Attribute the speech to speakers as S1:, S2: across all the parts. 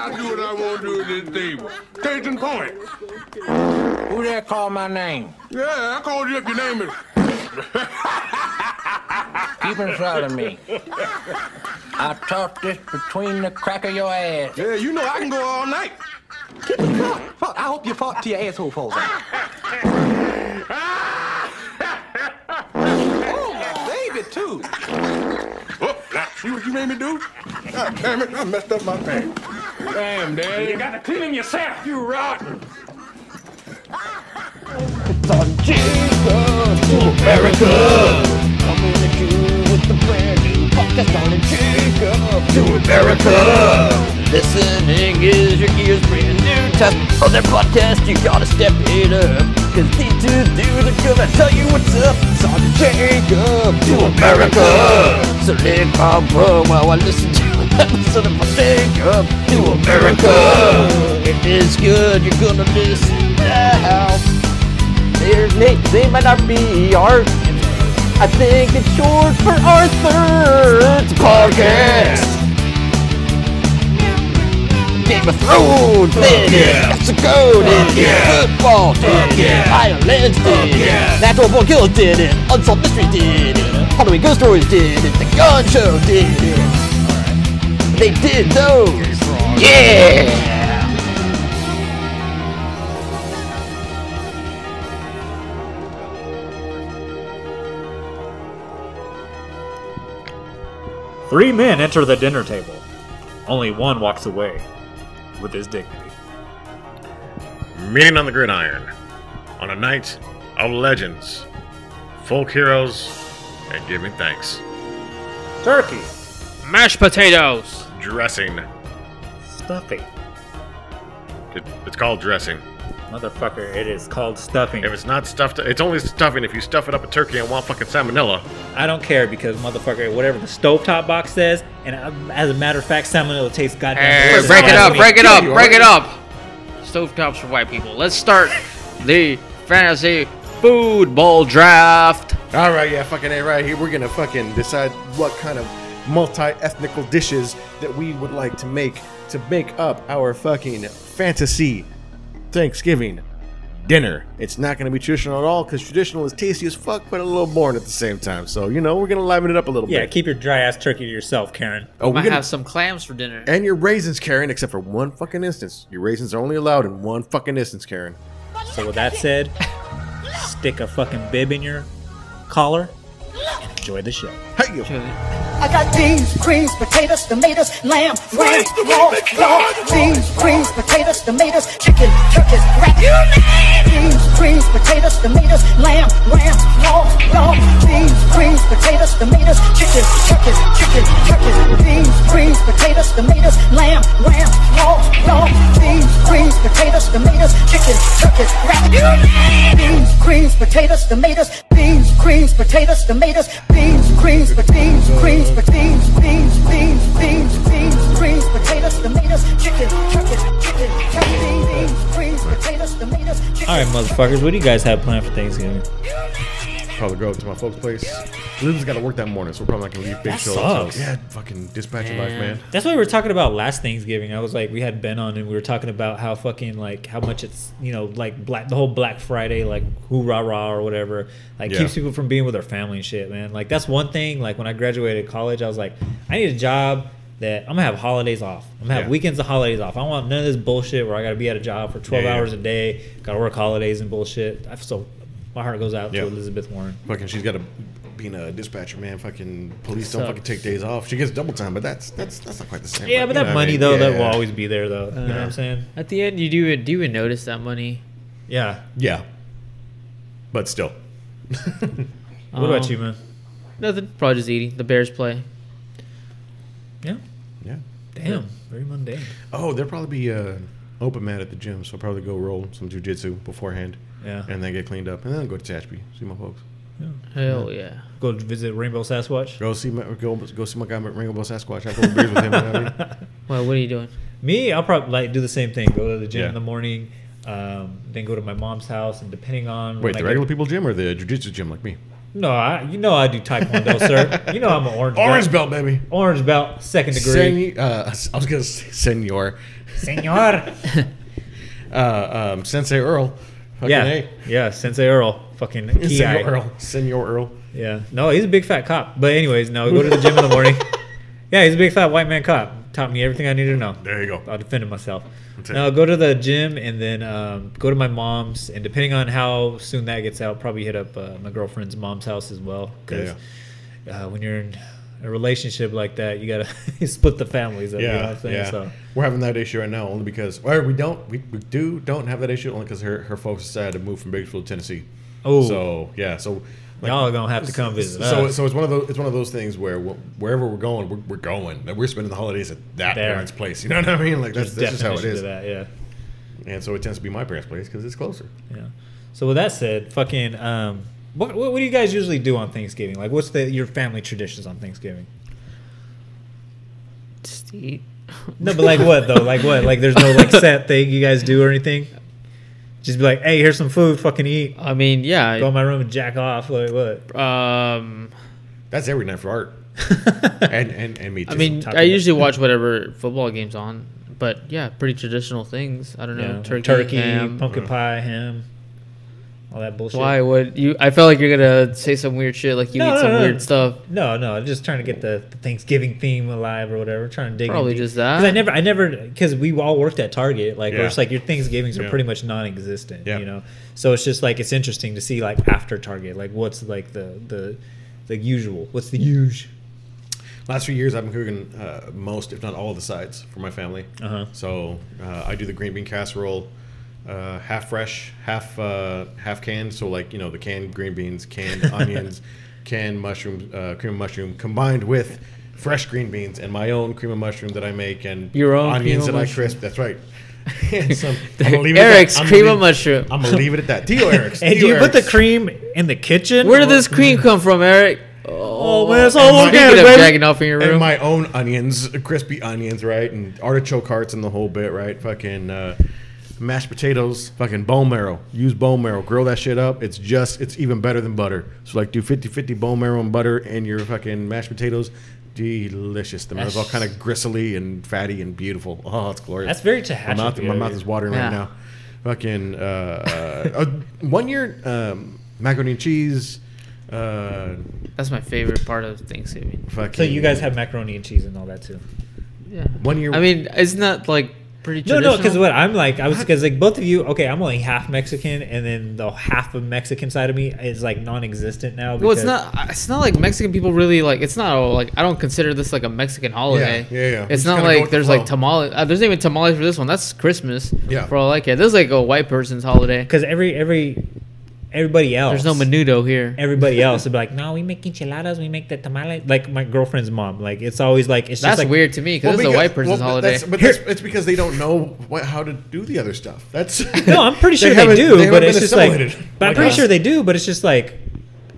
S1: I won't do this table. Case in point.
S2: Who there called my name?
S1: Yeah, I called you up. Your name is.
S2: Keep in front of me. I talk this between the crack of your ass.
S1: Yeah, you know I can go all night.
S3: Fuck, I hope you fought to your asshole falls out. oh, David, too.
S1: Oh, now, see what you made me do? God damn it, I messed up my pants. Damn, Daddy.
S4: You gotta clean him yourself, you rotten.
S5: It's on Jesus to America. Coming at you with the brand new podcast on Jacob to America. Listening is your ears brand new test. On their podcast, you gotta step it up. Cause these two dudes are gonna tell you what's up. It's on Jacob to America. So live my world while I listen to an episode of Jacob to America. It is good, you're gonna listen now. Their name, they might not be Art. I think it's short for Arthur. It's a podcast. Game of Thrones did it. Mexico did it. Football did it. Violence did it. Natural Born Killers did it. Unsolved Mystery did it. Halloween Ghost Stories did it. The Gun Show did it. They did those. Yeah.
S6: Three men enter the dinner table. Only one walks away with his dignity.
S7: Meeting on the Gridiron on a night of legends, folk heroes, and giving thanks.
S6: Turkey,
S8: Mashed potatoes.
S7: Dressing.
S6: stuffing,
S7: It, it's called dressing.
S6: motherfucker. It is called stuffing.
S7: If it's not stuffed, it's only stuffing if you stuff it up a turkey and want fucking salmonella.
S6: I don't care because motherfucker, whatever the stovetop box says, and I, as a matter of fact, salmonella tastes goddamn.
S8: Hey,
S6: worse
S8: break
S6: than
S8: it up,
S6: me.
S8: break it up, break it up. Stovetops for white people. Let's start the fantasy food bowl draft.
S9: All right, yeah, fucking A right here. We're gonna fucking decide what kind of multi-ethnical dishes that we would like to make to make up our fucking fantasy Thanksgiving dinner. It's not gonna be traditional at all because traditional is tasty as fuck, but a little boring at the same time. So you know we're gonna liven it up a little
S6: Yeah,
S9: bit.
S6: keep your dry ass turkey to yourself, Karen.
S9: Oh, we're
S8: Might
S9: gonna,
S8: have some clams for dinner.
S9: and your raisins, Karen, except for one fucking instance. Your raisins are only allowed in one fucking instance, Karen.
S6: So with that said, stick a fucking bib in your collar. and Enjoy the show.
S9: Hey, you.
S10: I got beans, creams, potatoes, tomatoes, lamb, ram, raw, raw, beans, creams, potatoes, tomatoes, chicken, turkeys, rat. You Beans, creams, potatoes, tomatoes, lamb, ram, raw, raw, beans, creams, potatoes, tomatoes, chicken, turkeys, chicken, turkeys, beans, creams, potatoes, tomatoes, lamb, ram, raw, raw, beans, creams, potatoes, tomatoes, chicken, turkeys, rat. You Beans, creams, potatoes, tomatoes, beans, creams, potatoes, tomatoes, beans, creams, potatoes, creams, potatoes, beans, beans, beans, beans, creams, potatoes, tomatoes, chicken, turkeys, chicken, turkey, beans, creams, potatoes, tomatoes, chicken.
S6: All right, motherfuckers, what do you guys have planned for Thanksgiving?
S9: probably go up to my folks' place. Liv's got to work that morning, so we're probably not gonna leave Big
S6: That
S9: Show.
S6: sucks.
S9: Yeah, fucking dispatch your life, man.
S6: That's what we were talking about last Thanksgiving. I was like, we had Ben on, and we were talking about how fucking like how much it's you know like black the whole Black Friday like hoorah rah or whatever like
S9: Yeah.
S6: keeps people from being with their family and shit, man. Like that's one thing. Like when I graduated college, I was like, I need a job that I'm gonna have holidays off. I'm gonna have
S9: Yeah.
S6: weekends and holidays off. I don't want none of this bullshit where I gotta be at a job for 12
S9: Yeah, yeah.
S6: hours a day, gotta work holidays and bullshit. I so my heart goes out
S9: Yeah.
S6: to Elizabeth Warren.
S9: Fucking, she's got a being a dispatcher, man. Fucking police don't
S6: Sucks.
S9: fucking take days off. She gets double time, but that's that's that's not quite the same.
S6: Yeah,
S9: Like,
S6: but
S9: you
S6: that
S9: know what I
S6: money
S9: mean?
S6: though, that
S9: Yeah.
S6: will always be there though. you know what I'm saying?
S8: At the end, you do do you notice that money?
S6: Yeah.
S9: Yeah, but still,
S6: What about you, man?
S8: Nothing. Probably just eating. The Bears play.
S6: Yeah.
S9: yeah.
S6: Damn, very mundane.
S9: Oh, there'll probably be uh, open mat at the gym, so I'll probably go roll some jujitsu beforehand.
S6: Yeah.
S9: and then get cleaned up, and then go to Tehachapi, see my folks.
S8: Hell yeah.
S6: Go visit Rainbow Sasquatch.
S9: Go see my go, go see my guy Ringo Bell Sasquatch. I go beers with him. you know what I mean?
S8: Well, what are you doing?
S6: Me, I'll probably like do the same thing. Go to the gym
S9: Yeah.
S6: in the morning, um, then go to my mom's house, and depending on when
S9: Wait,
S6: I
S9: the
S6: get-
S9: regular people gym or the jujitsu gym like me?
S6: No, I, you know I do Taekwondo, sir. You know I'm an orange belt.
S9: Orange belt, baby.
S6: Orange belt, second degree.
S9: Sen- uh, I was gonna say senor,
S6: Senor.
S9: uh, um, Sensei Earl. Fucking
S6: yeah.
S9: A.
S6: Yeah, Sensei Earl. Fucking key
S9: Senor
S6: eye.
S9: Earl. Senor Earl.
S6: Yeah. No, he's a big fat cop. But anyways, no, we go to the gym in the morning. Yeah, he's a big fat white man cop. Taught me everything I needed to know.
S7: There you go.
S9: Uh,
S6: I defended myself.
S7: it.
S6: Now go to the gym and then um, go to my mom's. And depending on how soon that gets out, probably hit up uh, my girlfriend's mom's house as well. Because uh, when you're in a relationship like that, you gotta split the families. Up, you know what
S9: Yeah,
S6: I'm saying?
S9: yeah.
S6: So
S9: We're having that issue right now only because, or we don't, we, we do don't have that issue only because her her folks decided to move from Bakersfield, Tennessee.
S6: Oh.
S9: so yeah, so like,
S6: y'all are gonna have to come visit
S9: so
S6: us.
S9: so it's one of those it's one of those things where wh- wherever we're going, we're, we're going. Like, We're spending the holidays at that
S6: There.
S9: parents' place. You know what I mean? Like that's, that's just how it
S6: Definition to That,
S9: is.
S6: yeah.
S9: And so it tends to be my parents' place because it's closer.
S6: Yeah. So with that said, fucking, um, what, what what do you guys usually do on Thanksgiving? Like, what's the your family traditions on Thanksgiving?
S11: Just eat.
S6: No, but like what though? Like what? Like there's no like set thing you guys do or anything. Just be like, hey, here's some food, fucking eat.
S8: I mean,
S6: Go in
S8: yeah.
S6: my room and jack off. Like what?
S8: Um,
S9: That's every night for art. and and and me too.
S8: I mean,
S6: talk
S8: I
S6: about-
S8: usually watch whatever football games on, but yeah, pretty traditional things. I don't know,
S6: Yeah,
S8: turkey,
S6: turkey,
S8: ham.
S6: pumpkin pie, ham, all that bullshit.
S8: Why would you? I felt like you're gonna say some weird shit, like you
S6: No,
S8: eat
S6: no,
S8: some
S6: no.
S8: weird stuff.
S6: No, no, I'm just trying to get the, the Thanksgiving theme alive or whatever. Trying to dig in
S8: Probably
S6: deep.
S8: just that.
S6: 'Cause I never, I never, because we all worked at Target. Like, where
S7: Yeah.
S6: it's like your Thanksgivings are
S7: Yeah.
S6: pretty much non-existent.
S9: Yeah.
S6: You know, so it's just like it's interesting to see like after Target, like what's like the the the usual. What's the huge?
S9: Last few years, I've been cooking uh, most, if not all, of the sides for my family.
S6: Uh-huh.
S9: So uh, I do the green bean casserole, uh, half fresh, half uh, half canned. So like you know, the canned green beans, canned onions, canned mushroom, uh, cream of mushroom, combined with fresh green beans and my own cream of mushroom that I make and
S8: Your own
S9: onions
S8: cream of
S9: that I
S8: mushroom.
S9: crisp. That's right. And some- I'm gonna leave it at that.
S8: Eric's
S9: I'm gonna
S8: cream of
S9: leave-
S8: mushroom.
S9: I'm gonna leave it at that. Tio Eric's.
S6: And do
S9: Tio
S6: you put the
S9: Eric's.
S6: cream in the kitchen?
S8: Where did this cream come from, Eric?
S6: Oh man, it's
S8: Speaking
S6: all
S8: of
S6: organic, baby.
S8: jacking off in your room.
S9: And my own onions, crispy onions, right? And artichoke hearts and the whole bit, right? Fucking uh, mashed potatoes, fucking bone marrow. Use bone marrow. Grill that shit up. It's just, it's even better than butter. So, like, do 50 50 bone marrow and butter in your fucking mashed potatoes. Delicious. The marrow's all kind of gristly and fatty and beautiful. Oh, it's glorious.
S6: That's very
S9: My
S6: Tehachapi.
S9: mouth, my mouth is watering
S8: Yeah.
S9: right now. Fucking uh, uh, one year, um, macaroni and cheese. Uh,
S8: That's my favorite part of Thanksgiving.
S9: fucking.
S6: So you guys have macaroni and cheese and all that too.
S8: Yeah.
S9: one year.
S8: I mean, isn't that like pretty
S6: No,
S8: traditional?
S6: no, because what I'm like, I was because like both of you. Okay, I'm only half Mexican, and then the half of Mexican side of me is like non-existent now.
S8: Well, it's
S6: because-
S8: not. It's not like Mexican people really like. It's not oh, like I don't consider this like a Mexican holiday.
S9: Yeah, yeah, yeah.
S8: It's
S9: Just
S8: not
S9: kinda go
S8: like
S9: with the
S8: there's like
S9: flow.
S8: tamales. Uh, there's not even tamales for this one. That's Christmas.
S9: Yeah.
S8: For all I care, this is like a white person's holiday.
S6: because every every everybody else
S8: There's no menudo here.
S6: Everybody else would be like, "No, we make enchiladas, we make the tamales." Like my girlfriend's mom, like it's always like it's
S8: That's
S6: just like,
S8: weird to me because it's a white person's
S9: well, but
S8: holiday.
S9: That's, but that's, it's because they don't know what, how to do the other stuff. That's
S6: No, I'm pretty sure they,
S9: haven't-
S6: do, but
S9: haven't
S6: it's
S9: been
S6: just like,
S9: assimilated.
S6: but I'm
S9: Like
S6: pretty
S9: us.
S6: sure they do, but it's just like,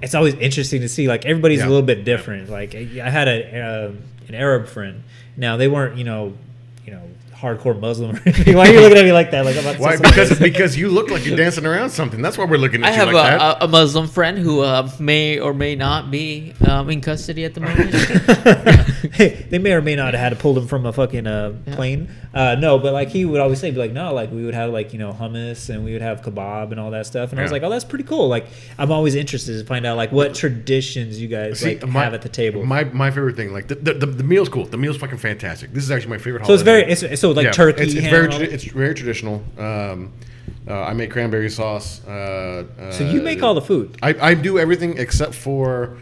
S6: it's always interesting to see like everybody's
S9: Yeah.
S6: a little bit different. Like I I had a um an Arab friend. Now they weren't, you know, you know, hardcore Muslim or anything. Why are you looking at me like that? Like I'm about to say
S9: Why?
S6: something
S9: Because
S6: racist.
S9: because you look like you're dancing around something. That's why we're looking at
S8: I
S9: you
S8: have
S9: like
S8: a,
S9: that.
S8: a, a Muslim friend who uh, may or may not be um, in custody at the moment.
S6: hey, they may or may not have had to pull him from a fucking uh, plane. Uh, no, but like he would always say, be like, no, like we would have like you know hummus and we would have kebab and all that stuff. And I was
S7: Yeah.
S6: like, oh, that's pretty cool. Like I'm always interested to find out like what traditions you guys
S9: See,
S6: like have at the table.
S9: My my favorite thing, like the, the, the, the meal's cool. The meal's fucking fantastic. This is actually my favorite.
S6: so it's very
S9: holiday.
S6: it's so like
S9: Yeah,
S6: turkey.
S9: It's, it's
S6: ham,
S9: very
S6: all
S9: tradi-
S6: that-
S9: it's very traditional. Um, uh, I make cranberry sauce. Uh, uh,
S6: so you make all the food.
S9: I, I do everything except for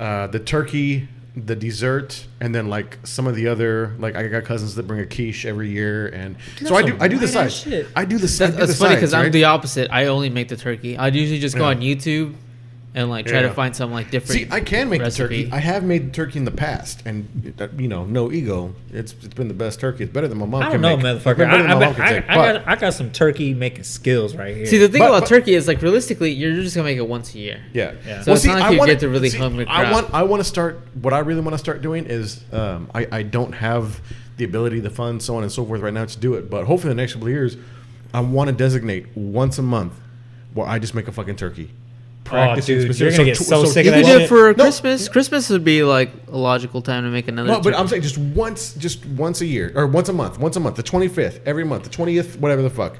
S9: uh, the turkey, the dessert, and then like some of the other like I got cousins that bring a quiche every year, and so I
S6: some
S9: do I do the
S6: white-ass
S9: sides.
S6: shit.
S9: I do the
S8: That's,
S9: sides.
S8: that's funny because I'm the opposite. I only make the turkey. I usually just go
S9: Yeah.
S8: on YouTube and like try
S9: Yeah.
S8: to find some like different.
S9: See, I can make the
S8: recipe.
S9: turkey. I have made turkey in the past, and uh, you know, no ego. It's it's been the best turkey. It's better than my mom.
S6: I
S9: can
S6: don't know,
S9: make.
S6: motherfucker.
S9: Better
S6: I,
S9: than my
S6: I,
S9: mom
S6: bet-
S9: can
S6: I,
S9: take,
S6: I
S9: but-
S6: got, I got some turkey making skills right here.
S8: See, the thing
S9: But-
S8: about
S9: but-
S8: turkey is like realistically, you're just gonna make it once a year.
S9: Yeah.
S8: So it's not like you get to really hone your
S9: I
S8: craft.
S9: want I want to start what I really want to start doing is um, I, I don't have the ability, the funds, so on and so forth right now to do it. But hopefully in the next couple of years, I want to designate once a month where I just make a fucking turkey.
S6: Oh,
S9: practicing
S6: dude, you're
S9: specific-
S6: gonna get
S9: tw-
S6: so sick of
S8: If you
S6: that
S8: did
S6: shit.
S8: it for
S9: No,
S8: Christmas, Christmas would be like a logical time to make another.
S9: No, but
S8: chicken.
S9: I'm saying just once, just once a year or once a month, once a month, the 25th, every month, the 20th, whatever the fuck.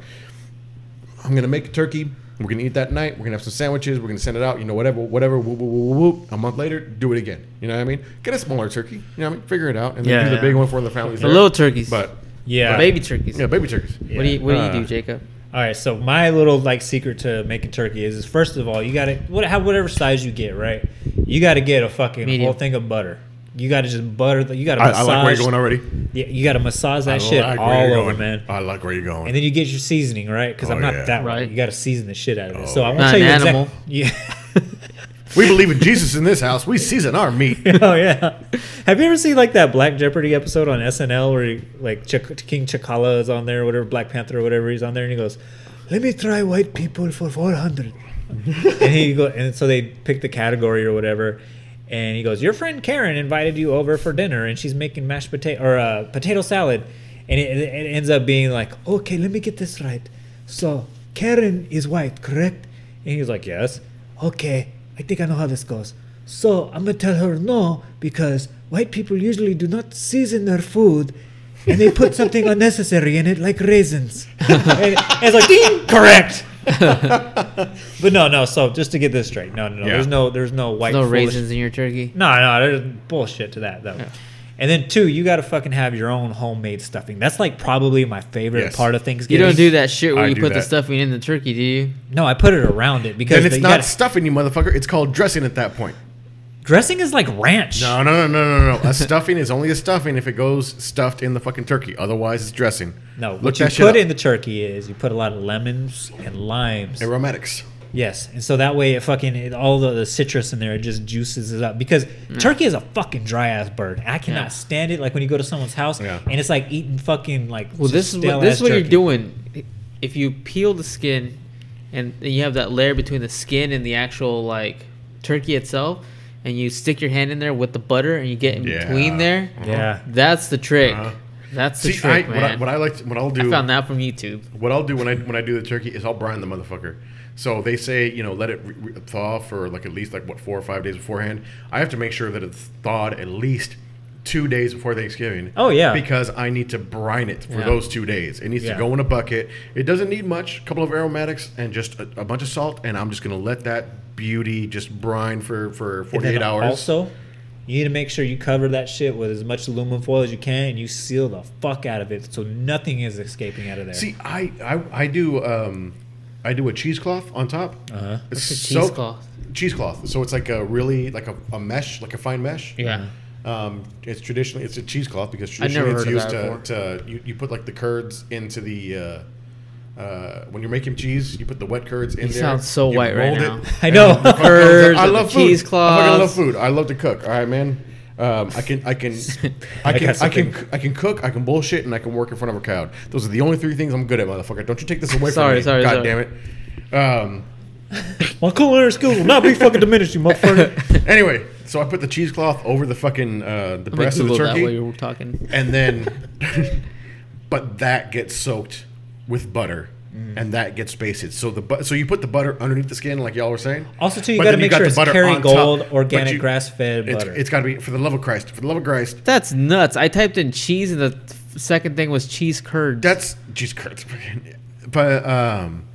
S9: I'm gonna make a turkey. We're gonna eat that night. We're gonna have some sandwiches. We're gonna send it out. You know, whatever, whatever. Whoop, whoop, whoop, whoop, whoop. A month later, do it again. You know what I mean? Get a smaller turkey. You know what I mean? Figure it out and then
S6: Yeah,
S9: do the
S6: yeah.
S9: big one for the families.
S8: The little turkeys.
S9: but
S6: Yeah.
S8: baby turkeys.
S9: yeah, baby turkeys.
S8: What do you What do you
S6: Uh,
S8: do, Jacob?
S6: All right, so my little like secret to making turkey is, is first of all you got to what have whatever size you get right, you got to get a fucking
S8: Medium.
S6: whole thing of butter. You got to just butter. The, you got to
S9: I,
S6: massage.
S9: I like where you're going already.
S6: Yeah, you got to massage that
S9: I
S6: shit
S9: like where
S6: all
S9: you're
S6: over,
S9: going.
S6: man.
S9: I like where you're going.
S6: And then you get your seasoning right because I'm
S9: Oh,
S6: not
S9: yeah. Oh,
S6: that right.
S8: Right.
S6: You got to season the shit out of it. so I won't
S8: Not
S6: tell
S8: an
S6: you exact-
S8: animal.
S6: Yeah.
S9: we believe in Jesus in this house. We season our meat.
S6: oh yeah. Have you ever seen like that Black Jeopardy episode on SNL where he, like Ch- King Chakala is on there, or whatever Black Panther or whatever he's on there, and he goes, "Let me try white people for 400. and he go, and so they pick the category or whatever. And he goes, "Your friend Karen invited you over for dinner, and she's making mashed potato or uh, potato salad." And it, it ends up being like, "Okay, let me get this right. So Karen is white, correct?" And he's like, "Yes." Okay, I think I know how this goes. So I'm gonna tell her no because white people usually do not season their food, and they put something unnecessary in it, like raisins. and, and it's like, ding, correct. But no, no. So just to get this straight, no, no, no.
S9: Yeah.
S6: There's no, there's no white.
S8: No
S6: foolish-
S8: raisins in your turkey.
S6: No, no. There's bullshit to that though. And then two, you gotta fucking have your own homemade stuffing. That's like probably my favorite
S9: Yes.
S6: part of
S8: You
S6: Thanksgiving.
S8: don't do that shit where
S9: I
S8: you
S9: do
S8: put the
S9: that.
S8: stuffing in the turkey, do you?
S6: No, I put it around it because
S9: And it's
S6: you
S9: not
S6: gotta-
S9: stuffing you, motherfucker. It's called dressing at that point.
S6: dressing is like ranch.
S9: No, Oh, no, no, no, no, no. A stuffing is only a stuffing if it goes stuffed in the fucking turkey. Otherwise, it's dressing.
S6: No,
S9: Look
S6: what you
S9: that shit
S6: put
S9: up.
S6: in the turkey is you put a lot of lemons and limes.
S9: aromatics.
S6: Yes, and so that way it fucking it, all the, the citrus in there it just juices it up because turkey is a fucking dry ass bird. I cannot
S8: Mm. Yeah.
S6: stand it. Like when you go to someone's house
S9: Yeah.
S6: and it's like eating fucking like
S8: Well,
S6: just
S8: this is what,
S6: stale
S8: this
S6: ass
S8: is what you're
S6: turkey.
S8: doing. If you peel the skin, and then you have that layer between the skin and the actual like turkey itself, and you stick your hand in there with the butter, and you get in
S9: Yeah. Uh-huh.
S8: between there.
S6: Yeah.
S8: That's the trick. That's the
S9: See,
S8: trick,
S9: I,
S8: man.
S9: what, I, what I like, to, what I'll
S8: I
S9: do,
S8: found that from YouTube.
S9: what I'll do when I when I do the turkey is I'll brine the motherfucker. So they say you know let it re- re- thaw for like at least like what four or five days beforehand. I have to make sure that it's thawed at least two days before Thanksgiving.
S6: Oh, yeah.
S9: because I need to brine it for
S8: Yeah.
S9: those two days. It needs
S6: Yeah.
S9: to go in a bucket. It doesn't need much, a couple of aromatics and just a, a bunch of salt, and I'm just gonna let that beauty just brine for for
S6: And
S9: 48
S6: then
S9: hours.
S6: Also, you need to make sure you cover that shit with as much aluminum foil as you can and you seal the fuck out of it so nothing is escaping out of there.
S9: See, I I, I do um, I do a cheesecloth on top. Uh-huh. It's
S8: What's a
S9: so-
S8: cheesecloth?
S9: cheesecloth. So it's like a really like a, a mesh, like a fine mesh.
S8: Yeah.
S9: Um, it's traditionally it's a cheesecloth because
S8: I've never
S9: traditionally it's used
S8: heard
S9: to,
S8: of
S9: to you, you put like the curds into the uh, uh, when you're making cheese, you put the wet curds in
S8: You
S9: there.
S8: sound so
S9: you
S8: white right
S9: rolled
S8: now.
S6: I know.
S8: Curds
S9: I
S8: or the
S9: love food. I fucking love
S8: cheesecloths.
S9: food. I love to cook. All right, man. Um, I can, I can, I can,
S6: got
S9: I can,
S6: something.
S9: I can, cook. I can bullshit, and I can work in front of a crowd. Those are the only three things I'm good at, motherfucker. Don't you take this away
S8: Sorry,
S9: from
S8: sorry,
S9: me?
S8: sorry.
S9: God damn it. Um,
S6: My culinary skills will not be fucking diminished, you motherfucker.
S9: anyway, so I put the cheesecloth over the fucking uh, the
S8: I'm gonna
S9: breast of the
S8: Google that while
S9: turkey,
S8: you were talking.
S9: and then, but that gets soaked with butter.
S6: Mm.
S9: And that gets basted. So the bu- so you put the butter underneath the skin, like y'all were saying.
S6: Also, too, you
S9: But
S6: gotta
S9: then
S6: make
S9: got
S6: sure
S9: the
S6: it's
S9: butter on top.
S6: Kerrygold
S9: But
S6: organic
S9: you-
S6: grass-fed
S9: it's-
S6: butter.
S9: it's got to be for the love of Christ. For the love of Christ,
S8: That's nuts. I typed in cheese, and the th- second thing was cheese curds.
S9: That's Jesus Christ. But um,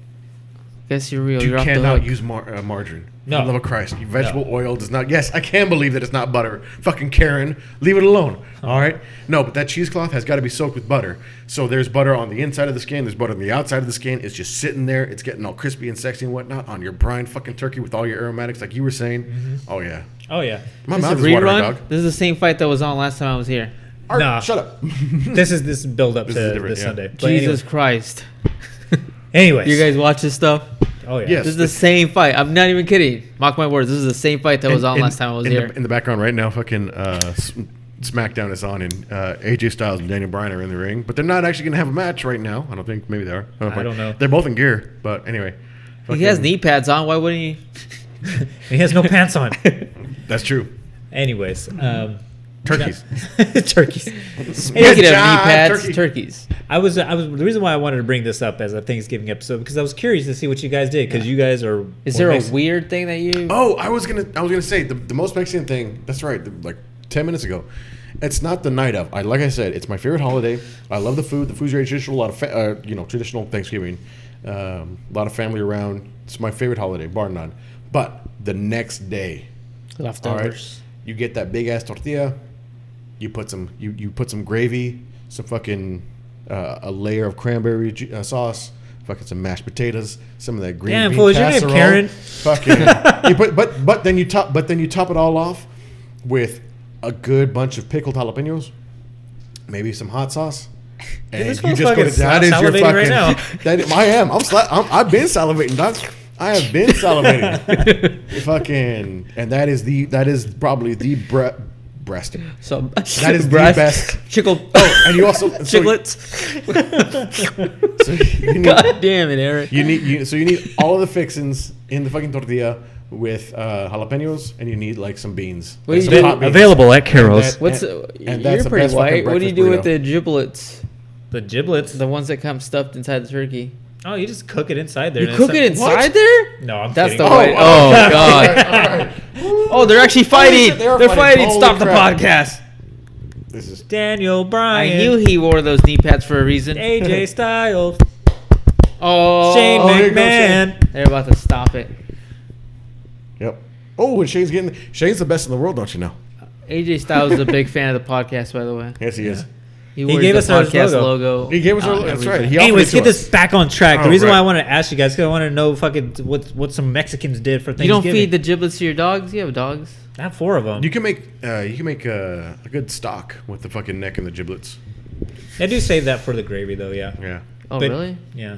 S8: Guess you're real.
S9: you
S8: are off the
S9: cannot
S8: hook.
S9: use mar- uh, margarine.
S6: No.
S9: For the love of Christ. Vegetable oil does not. Yes, I can believe that it's not butter. Fucking Karen, leave it alone. All right. No, but that cheesecloth has got to be soaked with butter. So there's butter on the inside of the skin. There's butter on the outside of the skin. It's just sitting there. It's getting all crispy and sexy and whatnot on your brine fucking turkey with all your aromatics, like you were saying. Oh yeah.
S6: oh yeah.
S9: My
S8: This
S9: mouth
S8: is
S9: is
S8: a
S9: watering, dog.
S8: rerun. This is the same fight that was on last time I was here.
S9: Art,
S6: Nah.
S9: Shut up.
S6: This is this build up to
S9: This is
S6: this,
S9: different, yeah.
S6: Sunday. But
S8: Jesus Christ.
S6: Anyways,
S8: You guys watch this stuff?
S6: Oh yeah.
S9: Yes.
S8: This is the same fight. I'm not even kidding. Mark my words. This is the same fight that was
S9: In-
S8: on
S9: in-
S8: last time I was
S9: in
S8: here.
S9: The, in the background right now, fucking uh, S- SmackDown is on, and uh, AJ Styles and Daniel Bryan are in the ring, but they're not actually going to have a match right now. I don't think. Maybe they are. I
S6: I don't know.
S9: They're both in gear, but anyway.
S8: he has
S9: Fucking-
S8: knee pads on. Why wouldn't he?
S6: And he has no pants on.
S9: That's true.
S6: Anyways, um,
S12: Turkeys.
S6: turkeys.
S8: Speaking of knee
S12: job,
S8: pads,
S12: turkey.
S8: turkeys.
S6: I was, I was. The reason why I wanted to bring this up as a Thanksgiving episode because I was curious to see what you guys did because you guys are.
S8: Is
S6: were
S8: there a
S6: Mexican.
S8: weird thing that you?
S9: Oh, I was gonna, I was gonna say the, the most Mexican thing. That's right, the, like ten minutes ago. It's not the night of. I like I said, it's my favorite holiday. I love the food. The food's very traditional. A lot of, fa- uh, you know, traditional Thanksgiving. Um, a lot of family around. It's my favorite holiday, bar none. But the next day, all right,
S8: Leftovers.
S9: you get that big ass tortilla. You put some, you, you put some gravy, some fucking, uh, a layer of cranberry ju- uh, sauce. Fucking some mashed potatoes, some of that green
S6: Damn,
S9: bean
S6: fool, is your name
S9: casserole.
S6: Karen?
S9: Fucking. you put, but but then you top but then you top it all off with a good bunch of pickled jalapenos, maybe some hot sauce, and
S6: this
S9: you
S6: fool's
S9: just go to
S6: fucking
S9: that is your
S6: salivating
S9: fucking.
S6: right now.
S9: that is- I am. I'm, sla- I'm. I've been salivating, doc. I have been salivating. fucking, and that is the that is probably the bre- breast.
S8: So
S9: That is the best.
S8: Chickle.
S9: Oh, and you also so,
S8: chicklets.
S9: so you need,
S8: God damn it, Eric.
S9: You need you, so you need all of the fixins in the fucking tortilla with uh, jalapenos, and you need like some beans.
S8: What do
S9: Like,
S8: you
S9: some
S8: do-
S9: hot beans.
S6: Available at
S9: And
S6: Carol's.
S9: that-
S8: What's uh,
S9: and- and that's
S8: you're
S9: the
S8: pretty
S9: best
S8: white.
S9: fucking
S8: What do you
S9: breakfast
S8: do with
S9: burrito.
S8: the giblets?
S6: The giblets.
S8: The ones that come stuffed inside the turkey.
S6: oh, you just cook it inside there.
S8: You
S6: and
S8: cook
S6: it's
S8: it
S6: like-
S8: inside there?
S6: No, I'm
S8: That's the
S6: kidding.
S8: way. Oh, god. Oh, they're actually fighting.
S9: shit, they are
S8: they're
S9: fighting.
S8: fighting.
S9: Holy
S8: Stop the
S9: crap.
S8: podcast.
S9: This is
S6: Daniel
S8: I
S6: Bryan.
S8: knew he wore those knee pads for a reason.
S6: AJ Styles.
S8: Oh,
S6: Shane
S9: here goes
S6: McMahon.
S8: they're about to stop it.
S9: yep. Oh, and Shane's getting Shane's the best in the world, don't you know?
S8: AJ Styles is a big fan of the podcast, by the way.
S9: Yes, he is.
S8: He, wears
S6: gave
S8: the
S6: us our
S8: podcast
S6: logo.
S8: logo.
S9: He gave us
S8: on
S9: our. That's
S8: everything.
S9: right. He offered
S6: Anyways,
S9: it
S6: get
S9: to us.
S6: this back on track. The
S9: Oh,
S6: reason why
S9: right.
S6: I wanted to ask you guys, because I want to know fucking what what some Mexicans did for
S8: You don't
S6: Thanksgiving.
S8: feed the giblets to your dogs. You have dogs.
S6: not four of them.
S9: You can make uh, you can make uh, a good stock with the fucking neck and the giblets.
S6: I do save that for the gravy though. Yeah.
S9: Yeah.
S8: Oh,
S6: But-
S8: really?
S6: Yeah.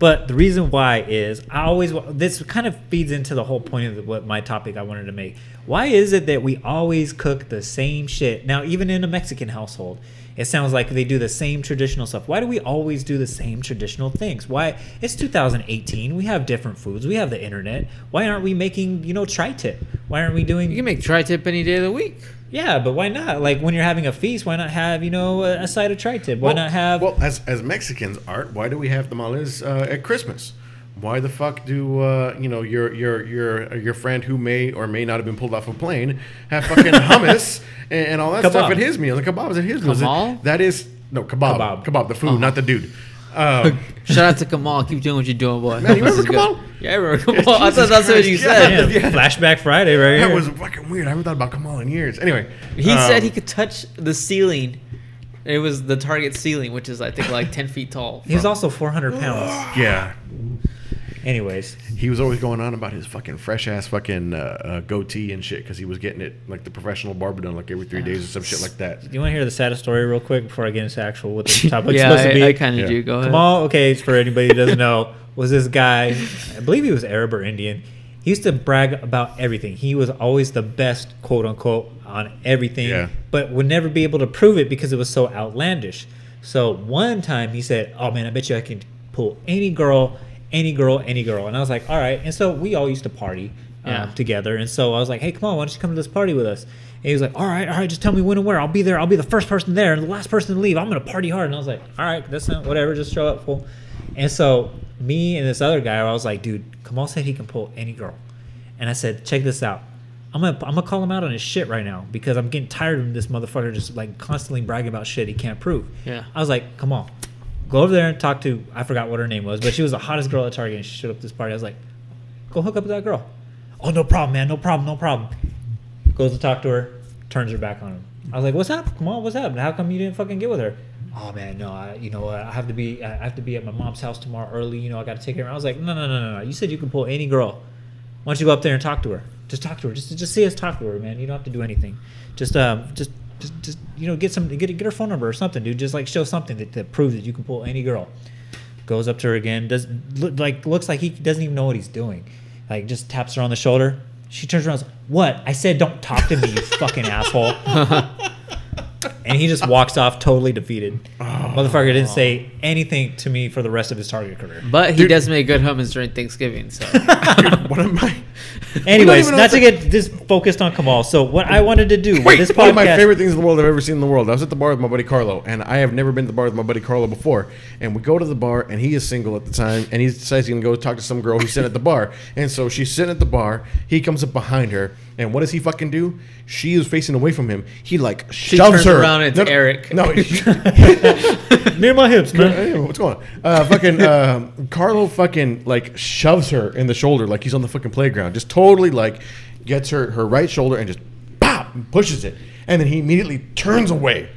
S6: But the reason why is I always wa- this kind of feeds into the whole point of what my topic I wanted to make. Why is it that we always cook the same shit? Now, even in a Mexican household, it sounds like they do the same traditional stuff. Why do we always do the same traditional things? Why it's 2018, we have different foods, we have the internet. Why aren't we making, you know, tri-tip? Why aren't we doing
S8: You can make tri-tip any day of the week.
S6: Yeah, but why not? Like when you're having a feast, why not have, you know, a, a side of tri-tip? Why not have
S9: Well, as as Mexicans, Art, why do we have tamales uh, at Christmas? Why the fuck do uh, you know your your your your friend who may or may not have been pulled off a plane have fucking hummus and, and all that stuff
S6: Kebab.
S9: at his meals and kebabs at his meals?
S8: Kamal?
S9: That is no kebab,
S6: Kebab. Uh-huh.
S9: kebab, the food, not the dude. Um,
S8: Shout out to Kamal. Keep doing what you're doing, boy.
S9: Man, you
S8: This is
S9: remember
S8: good.
S9: Kamal?
S8: Yeah, I remember Kamal. I thought that's what you
S9: Christ,
S8: said.
S6: Damn, flashback Friday right here?
S9: that was fucking weird. I haven't thought about Kamal in years. Anyway,
S8: He
S9: um,
S8: said he could touch the ceiling. It was the target ceiling, which is I think like ten feet tall.
S6: He was also 400 pounds.
S9: yeah.
S6: Anyways,
S9: He was always going on about his fucking fresh ass fucking uh, uh, goatee and shit because he was getting it like the professional barber done like every three days or some shit like that.
S6: you want to hear the saddest story real quick before I get into actual what the topic's
S8: yeah,
S6: supposed to be?
S8: I, I kind of
S9: Yeah.
S8: do. Go ahead.
S6: Kamal, okay, for anybody who doesn't know, was this guy, I believe he was Arab or Indian. He used to brag about everything. He was always the best, quote unquote, on everything,
S9: Yeah.
S6: but would never be able to prove it because it was so outlandish. So one time he said, Oh man, I bet you I can pull any girl, any girl, any girl. And I was like, All right. And so we all used to party um,
S8: Yeah.
S6: together. And so I was like, Hey, come on, why don't you come to this party with us? And he was like, All right, all right, just tell me when and where. I'll be there. I'll be the first person there and the last person to leave. I'm going to party hard. And I was like, All right, that's not whatever. Just show up, fool. And so me and this other guy, I was like, dude, Kamal said he can pull any girl. And I said, check this out. I'm gonna I'm gonna call him out on his shit right now because I'm getting tired of this motherfucker just like constantly bragging about shit he can't prove.
S8: Yeah.
S6: I was like, come on. Go over there and talk to I forgot what her name was, but she was the hottest girl at Target and she showed up to this party. I was like, go hook up with that girl. Oh no problem, man, no problem, no problem. Goes to talk to her, turns her back on him. I was like, what's up? Come on, what's up? How come you didn't fucking get with her? Oh man, no, I, you know what? I have to be I have to be at my mom's house tomorrow early. You know I got to take care of her. I was like, no, no, no, no, no. You said you can pull any girl. Why don't you go up there and talk to her? Just talk to her. Just just see us talk to her, man. You don't have to do anything. Just um just just, just you know get some get get her phone number or something, dude. Just like show something that, that proves that you can pull any girl. Goes up to her again. Does look, like looks like he doesn't even know what he's doing. Like just taps her on the shoulder. She turns around. And says, what I said? Don't talk to me, you fucking asshole. And he just walks off totally defeated. Motherfucker didn't say anything to me for the rest of his target career.
S8: But he does make good hummus during Thanksgiving. So
S9: one of my
S13: Anyways, not to get this focused on Kamal. So what I wanted to do with
S9: Wait,
S13: this
S9: one of my
S13: podcast-
S9: favorite things in the world I've ever seen in the world. I was at the bar with my buddy Carlo, and I have never been to the bar with my buddy Carlo before. And we go to the bar, and he is single at the time, and he decides he's gonna go talk to some girl who's sitting at the bar. And so she's sitting at the bar. He comes up behind her, and what does he fucking do? She is facing away from him. He like shoves
S8: turns
S9: her
S8: around and it's
S9: No, no,
S8: Eric.
S9: No,
S13: near my hips, man.
S9: Hey, what's going on? Uh, fucking um, Carlo fucking like shoves her in the shoulder like he's on the fucking playground. Just totally like gets her her right shoulder and just pop and pushes it. And then he immediately turns away.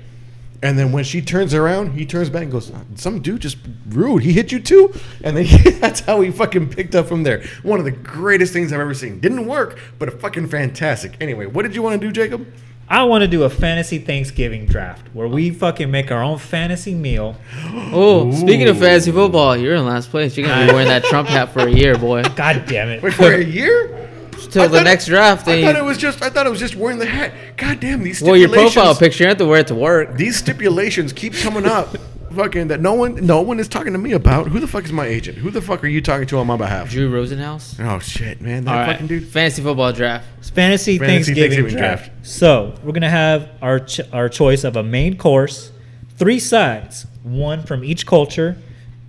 S9: And then when she turns around, he turns back and goes, "Uh, "Some dude just rude. He hit you too." And then that's how he fucking picked up from there. One of the greatest things I've ever seen. Didn't work, but a fucking fantastic. Anyway, what did you want to do, Jacob?
S6: I want to do a fantasy Thanksgiving draft where we fucking make our own fantasy meal.
S8: Oh, speaking of fantasy football, you're in last place. You're gonna be wearing that Trump hat for a year, boy.
S6: God damn it.
S9: Wait for a year? I
S8: Till the
S9: thought-
S8: next draft.
S9: I
S8: then
S9: thought
S8: you-
S9: it was just I thought it was just wearing the hat. God damn these
S8: well, your
S9: stipulations-
S8: profile picture. You have to wear it to work.
S9: These stipulations keep coming up. Fucking that no one no one is talking to me about. Who the fuck is my agent? Who the fuck are you talking to on my behalf?
S8: Drew Rosenhaus.
S9: Oh shit, man. That
S8: All right,
S9: fucking dude.
S8: fantasy football draft.
S6: It's fantasy,
S9: Fantasy
S6: Thanksgiving,
S9: Thanksgiving
S6: draft.
S9: draft.
S6: So we're gonna have our ch- our choice of a main course, three sides, one from each culture,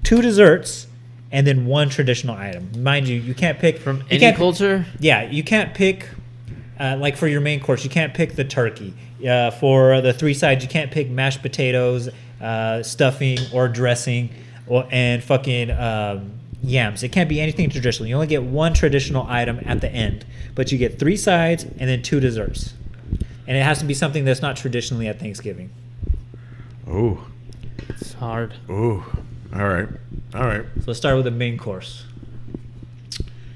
S6: two desserts, and then one traditional item. Mind you, you can't pick from
S8: Any culture?
S6: Yeah, you can't pick. Uh, like for your main course, you can't pick the turkey. Uh, for the three sides, you can't pick mashed potatoes, uh, stuffing, or dressing, or and fucking um, yams. It can't be anything traditional. You only get one traditional item at the end, but you get three sides and then two desserts, and it has to be something that's not traditionally at Thanksgiving.
S9: Oh.
S8: It's hard.
S9: Oh. All right. All right.
S6: So let's start with the main course,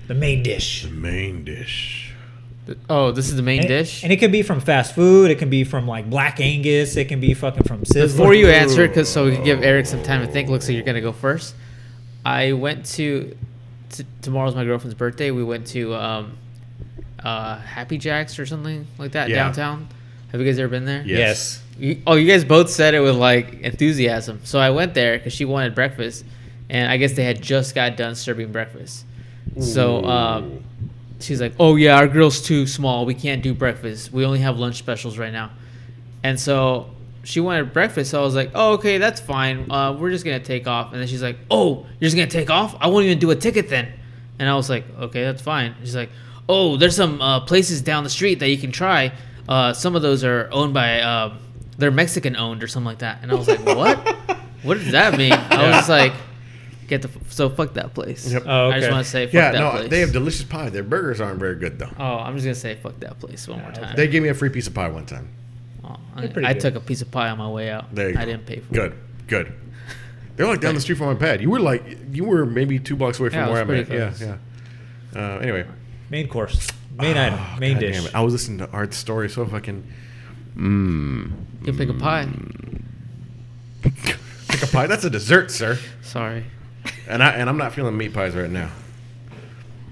S6: the main dish.
S9: Main dish.
S8: Oh, this is the main
S6: And it-
S8: dish.
S6: And it can be from fast food. It can be from like Black Angus. It can be fucking from Sizzler.
S8: Before you answer, because so we can give Eric some time to think. Looks like you're gonna go first. I went to, t- tomorrow's my girlfriend's birthday. We went to um, uh, Happy Jacks or something like that
S9: Yeah.
S8: downtown. Have you guys ever been there?
S6: Yes.
S8: You, oh, you guys both said it with like enthusiasm. So I went there because she wanted breakfast, and I guess they had just got done serving breakfast. So um, she's like, "Oh yeah, our grill's too small. We can't do breakfast. We only have lunch specials right now." And so she wanted breakfast. So I was like, "Oh okay, that's fine. Uh, we're just gonna take off." And then she's like, "Oh, you're just gonna take off? I won't even do a ticket then." And I was like, "Okay, that's fine." She's like, "Oh, there's some uh, places down the street that you can try. Uh, some of those are owned by uh, they're Mexican owned or something like that." And I was like, "What? what does that mean?" I was just like, "Get the f- so fuck that place."
S9: Yep.
S6: Oh,
S8: I just
S6: okay.
S8: want to say, fuck
S9: yeah,
S8: that
S9: no,
S8: place.
S9: they have delicious pie. Their burgers aren't very good though.
S8: Oh, I'm just gonna say fuck that place one more time.
S9: They gave me a free piece of pie one time.
S8: Oh,
S6: pretty
S8: I, I
S6: good.
S8: took a piece of pie on my way out.
S9: There you
S8: I
S9: go.
S8: didn't pay for it.
S9: Good. Good. They're like down the street from my pad. You were like you were maybe two blocks away from
S8: Yeah, it
S9: where I'm
S8: was
S9: at.
S8: pretty
S9: Yeah,
S8: close.
S9: yeah. Uh, anyway,
S6: Main course. Main item. Main
S9: God
S6: dish.
S9: damn Ah, it. I was listening to Art's story so fucking
S8: You can pick a pie.
S9: Mm. pick a pie. That's a dessert, sir.
S8: Sorry.
S9: And I and I'm not feeling meat pies right now.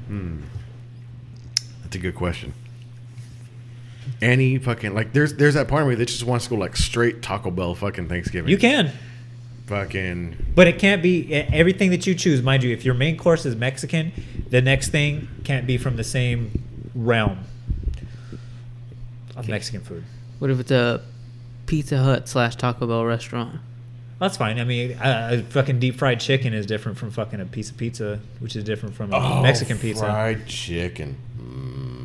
S9: Hmm. That's a good question. Any fucking like there's there's that part of me that just wants to go like straight Taco Bell fucking Thanksgiving.
S6: You can,
S9: fucking
S6: but it can't be e- everything that you choose. Mind you, if your main course is Mexican, the next thing can't be from the same realm of Mexican food.
S8: What if it's a Pizza Hut slash Taco Bell restaurant?
S6: That's fine. I mean, uh, fucking deep fried chicken is different from fucking a piece of pizza, which is different from a Mexican pizza.
S9: Oh, fried chicken. Mm.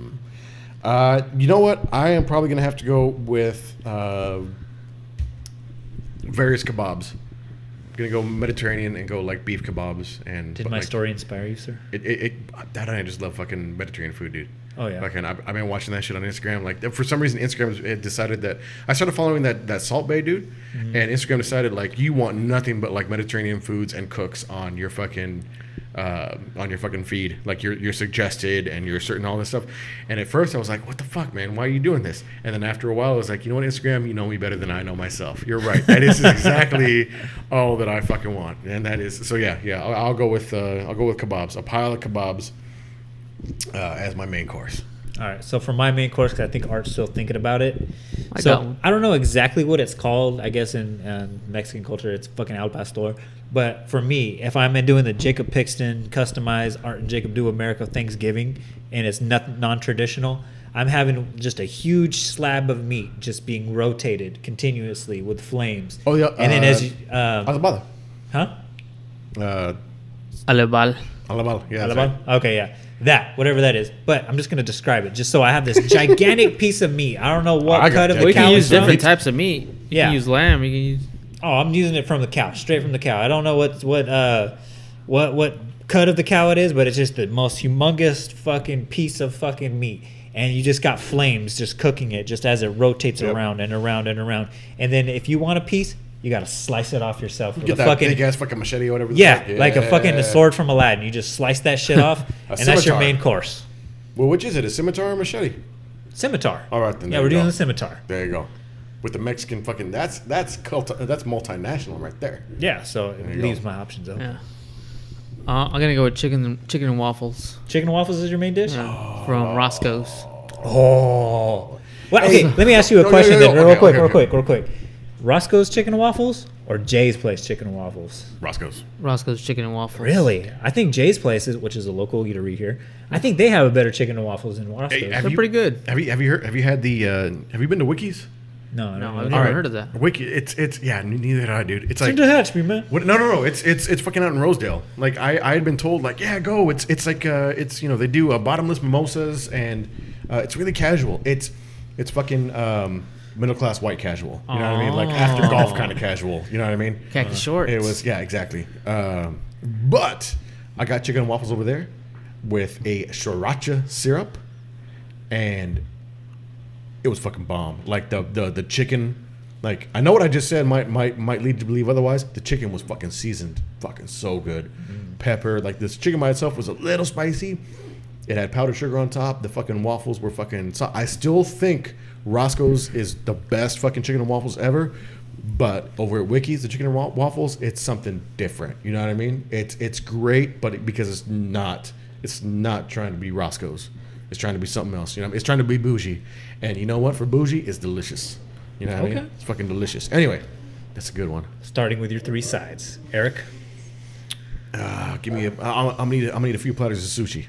S9: Uh, you know what? I am probably gonna have to go with uh, various kebabs. I'm gonna go Mediterranean and go like beef kebabs and
S6: Did
S9: but,
S6: my
S9: like,
S6: story inspire you, sir?
S9: It, it, it that and I just love fucking Mediterranean food, dude.
S6: Oh, yeah.
S9: Fucking, I've, I've been watching that shit on Instagram. Like for some reason, Instagram had decided that I started following that that Salt Bay dude, and Instagram decided like you want nothing but like Mediterranean foods and cooks on your fucking. Uh, on your fucking feed, like you're, you're suggested and you're certain all this stuff. And at first, I was like, "What the fuck, man? Why are you doing this?" And then after a while, I was like, "You know what, Instagram? You know me better than I know myself. You're right. That is exactly all that I fucking want." And that is so. Yeah, yeah. I'll, I'll go with uh, I'll go with kebabs, a pile of kebabs, uh, as my main course.
S6: All right. So for my main course, 'cause I think Art's still thinking about it.
S8: I
S6: so
S8: got one.
S6: I don't know exactly what it's called. I guess in um, Mexican culture, it's fucking al pastor. But for me, if I'm doing the Jacob Pixton customized Art and Jacob Do America Thanksgiving and it's not non-traditional, I'm having just a huge slab of meat just being rotated continuously with flames.
S7: Oh, yeah,
S6: and then
S7: uh,
S6: as you, um,
S7: Alabala.
S6: huh?
S7: Uh,
S8: Alabal.
S7: Alabala. Yeah. that's
S6: Alabama? Okay, yeah. That, whatever that is. But I'm just going to describe it just so I have this gigantic piece of meat. I don't know what
S7: I got
S6: cut of
S7: that.
S8: We
S6: the cow
S8: can
S6: it's
S8: use
S6: from.
S8: different types of meat. You
S6: Yeah.
S8: can use lamb. You can use.
S6: Oh, I'm using it from the cow, straight from the cow. I don't know what what uh what what cut of the cow it is, but it's just the most humongous fucking piece of fucking meat. And you just got flames just cooking it just as it rotates around and around and around. And then if you want a piece, you gotta slice it off yourself with
S7: Get
S6: a
S7: that
S6: fucking
S7: big ass fucking machete or whatever. the
S6: yeah,
S7: fuck.
S6: like a fucking
S7: Yeah.
S6: sword from Aladdin. You just slice that shit off, and that's your
S7: scimitar.
S6: main course.
S7: Well, which is it? A scimitar or machete?
S6: Scimitar.
S7: All right, then.
S6: Yeah,
S7: there
S6: we're
S7: you
S6: doing
S7: go.
S6: the scimitar.
S7: There you go. With the Mexican fucking that's that's cult, uh, that's multinational right there.
S6: Yeah, so it
S7: you
S6: leaves
S7: go.
S6: my options open.
S8: Yeah. Uh, I'm gonna go with chicken, chicken and waffles
S6: Chicken and waffles is your main dish.
S8: uh, from Roscoe's.
S6: Oh. Well, okay, let me ask you a
S7: No, no,
S6: question
S7: no, no.
S6: then, real
S7: Okay,
S6: quick,
S7: okay,
S6: real
S7: okay.
S6: quick, real quick. Roscoe's chicken and waffles or Jay's place chicken and waffles?
S9: Roscoe's.
S8: Roscoe's chicken and waffles.
S6: Really? I think Jay's place is, which is a local eatery here. I think they have a better chicken and waffles than Roscoe's.
S9: Hey, have
S8: They're
S9: you-
S8: pretty good.
S9: Have you have you heard, have you had the uh, have you been to Wikis?
S6: no,
S8: No,
S6: no,
S8: I've
S6: no.
S8: never
S9: Alright.
S8: heard of that.
S9: Wiki, it's it's yeah, n- neither did I, dude. It's
S6: Seem
S9: like
S6: to hatch me, man.
S9: what, no, no, no. It's it's it's fucking out in Rosedale. Like I I had been told like yeah, go. It's it's like uh it's you know they do uh, bottomless mimosas and uh, it's really casual. It's it's fucking um middle class white casual. You know what I mean? Like after golf kind of casual. You know what I mean?
S8: Oh.
S9: Uh,
S8: Khaki shorts.
S9: It was yeah, exactly. Um, but I got chicken and waffles over there with a sriracha syrup, and it was fucking bomb. Like the the the chicken, like I know what I just said might might might lead to believe otherwise. The chicken was fucking seasoned, fucking so good. Pepper, like this chicken by itself was a little spicy. It had powdered sugar on top. The fucking waffles were fucking. So I still think Roscoe's is the best fucking chicken and waffles ever. But over at Wiki's, the chicken and wa- waffles, it's something different. You know what I mean? It's it's great, but it, because it's not it's not trying to be Roscoe's. It's trying to be something else. You know, what I mean? it's trying to be bougie. And you know what? For bougie, it's delicious. You know what I
S6: Okay.
S9: mean? It's fucking delicious. Anyway, that's a good one.
S6: Starting with your three sides, Eric.
S9: Uh, give me a. I- I'm, I'm need. I'm need a few platters of sushi.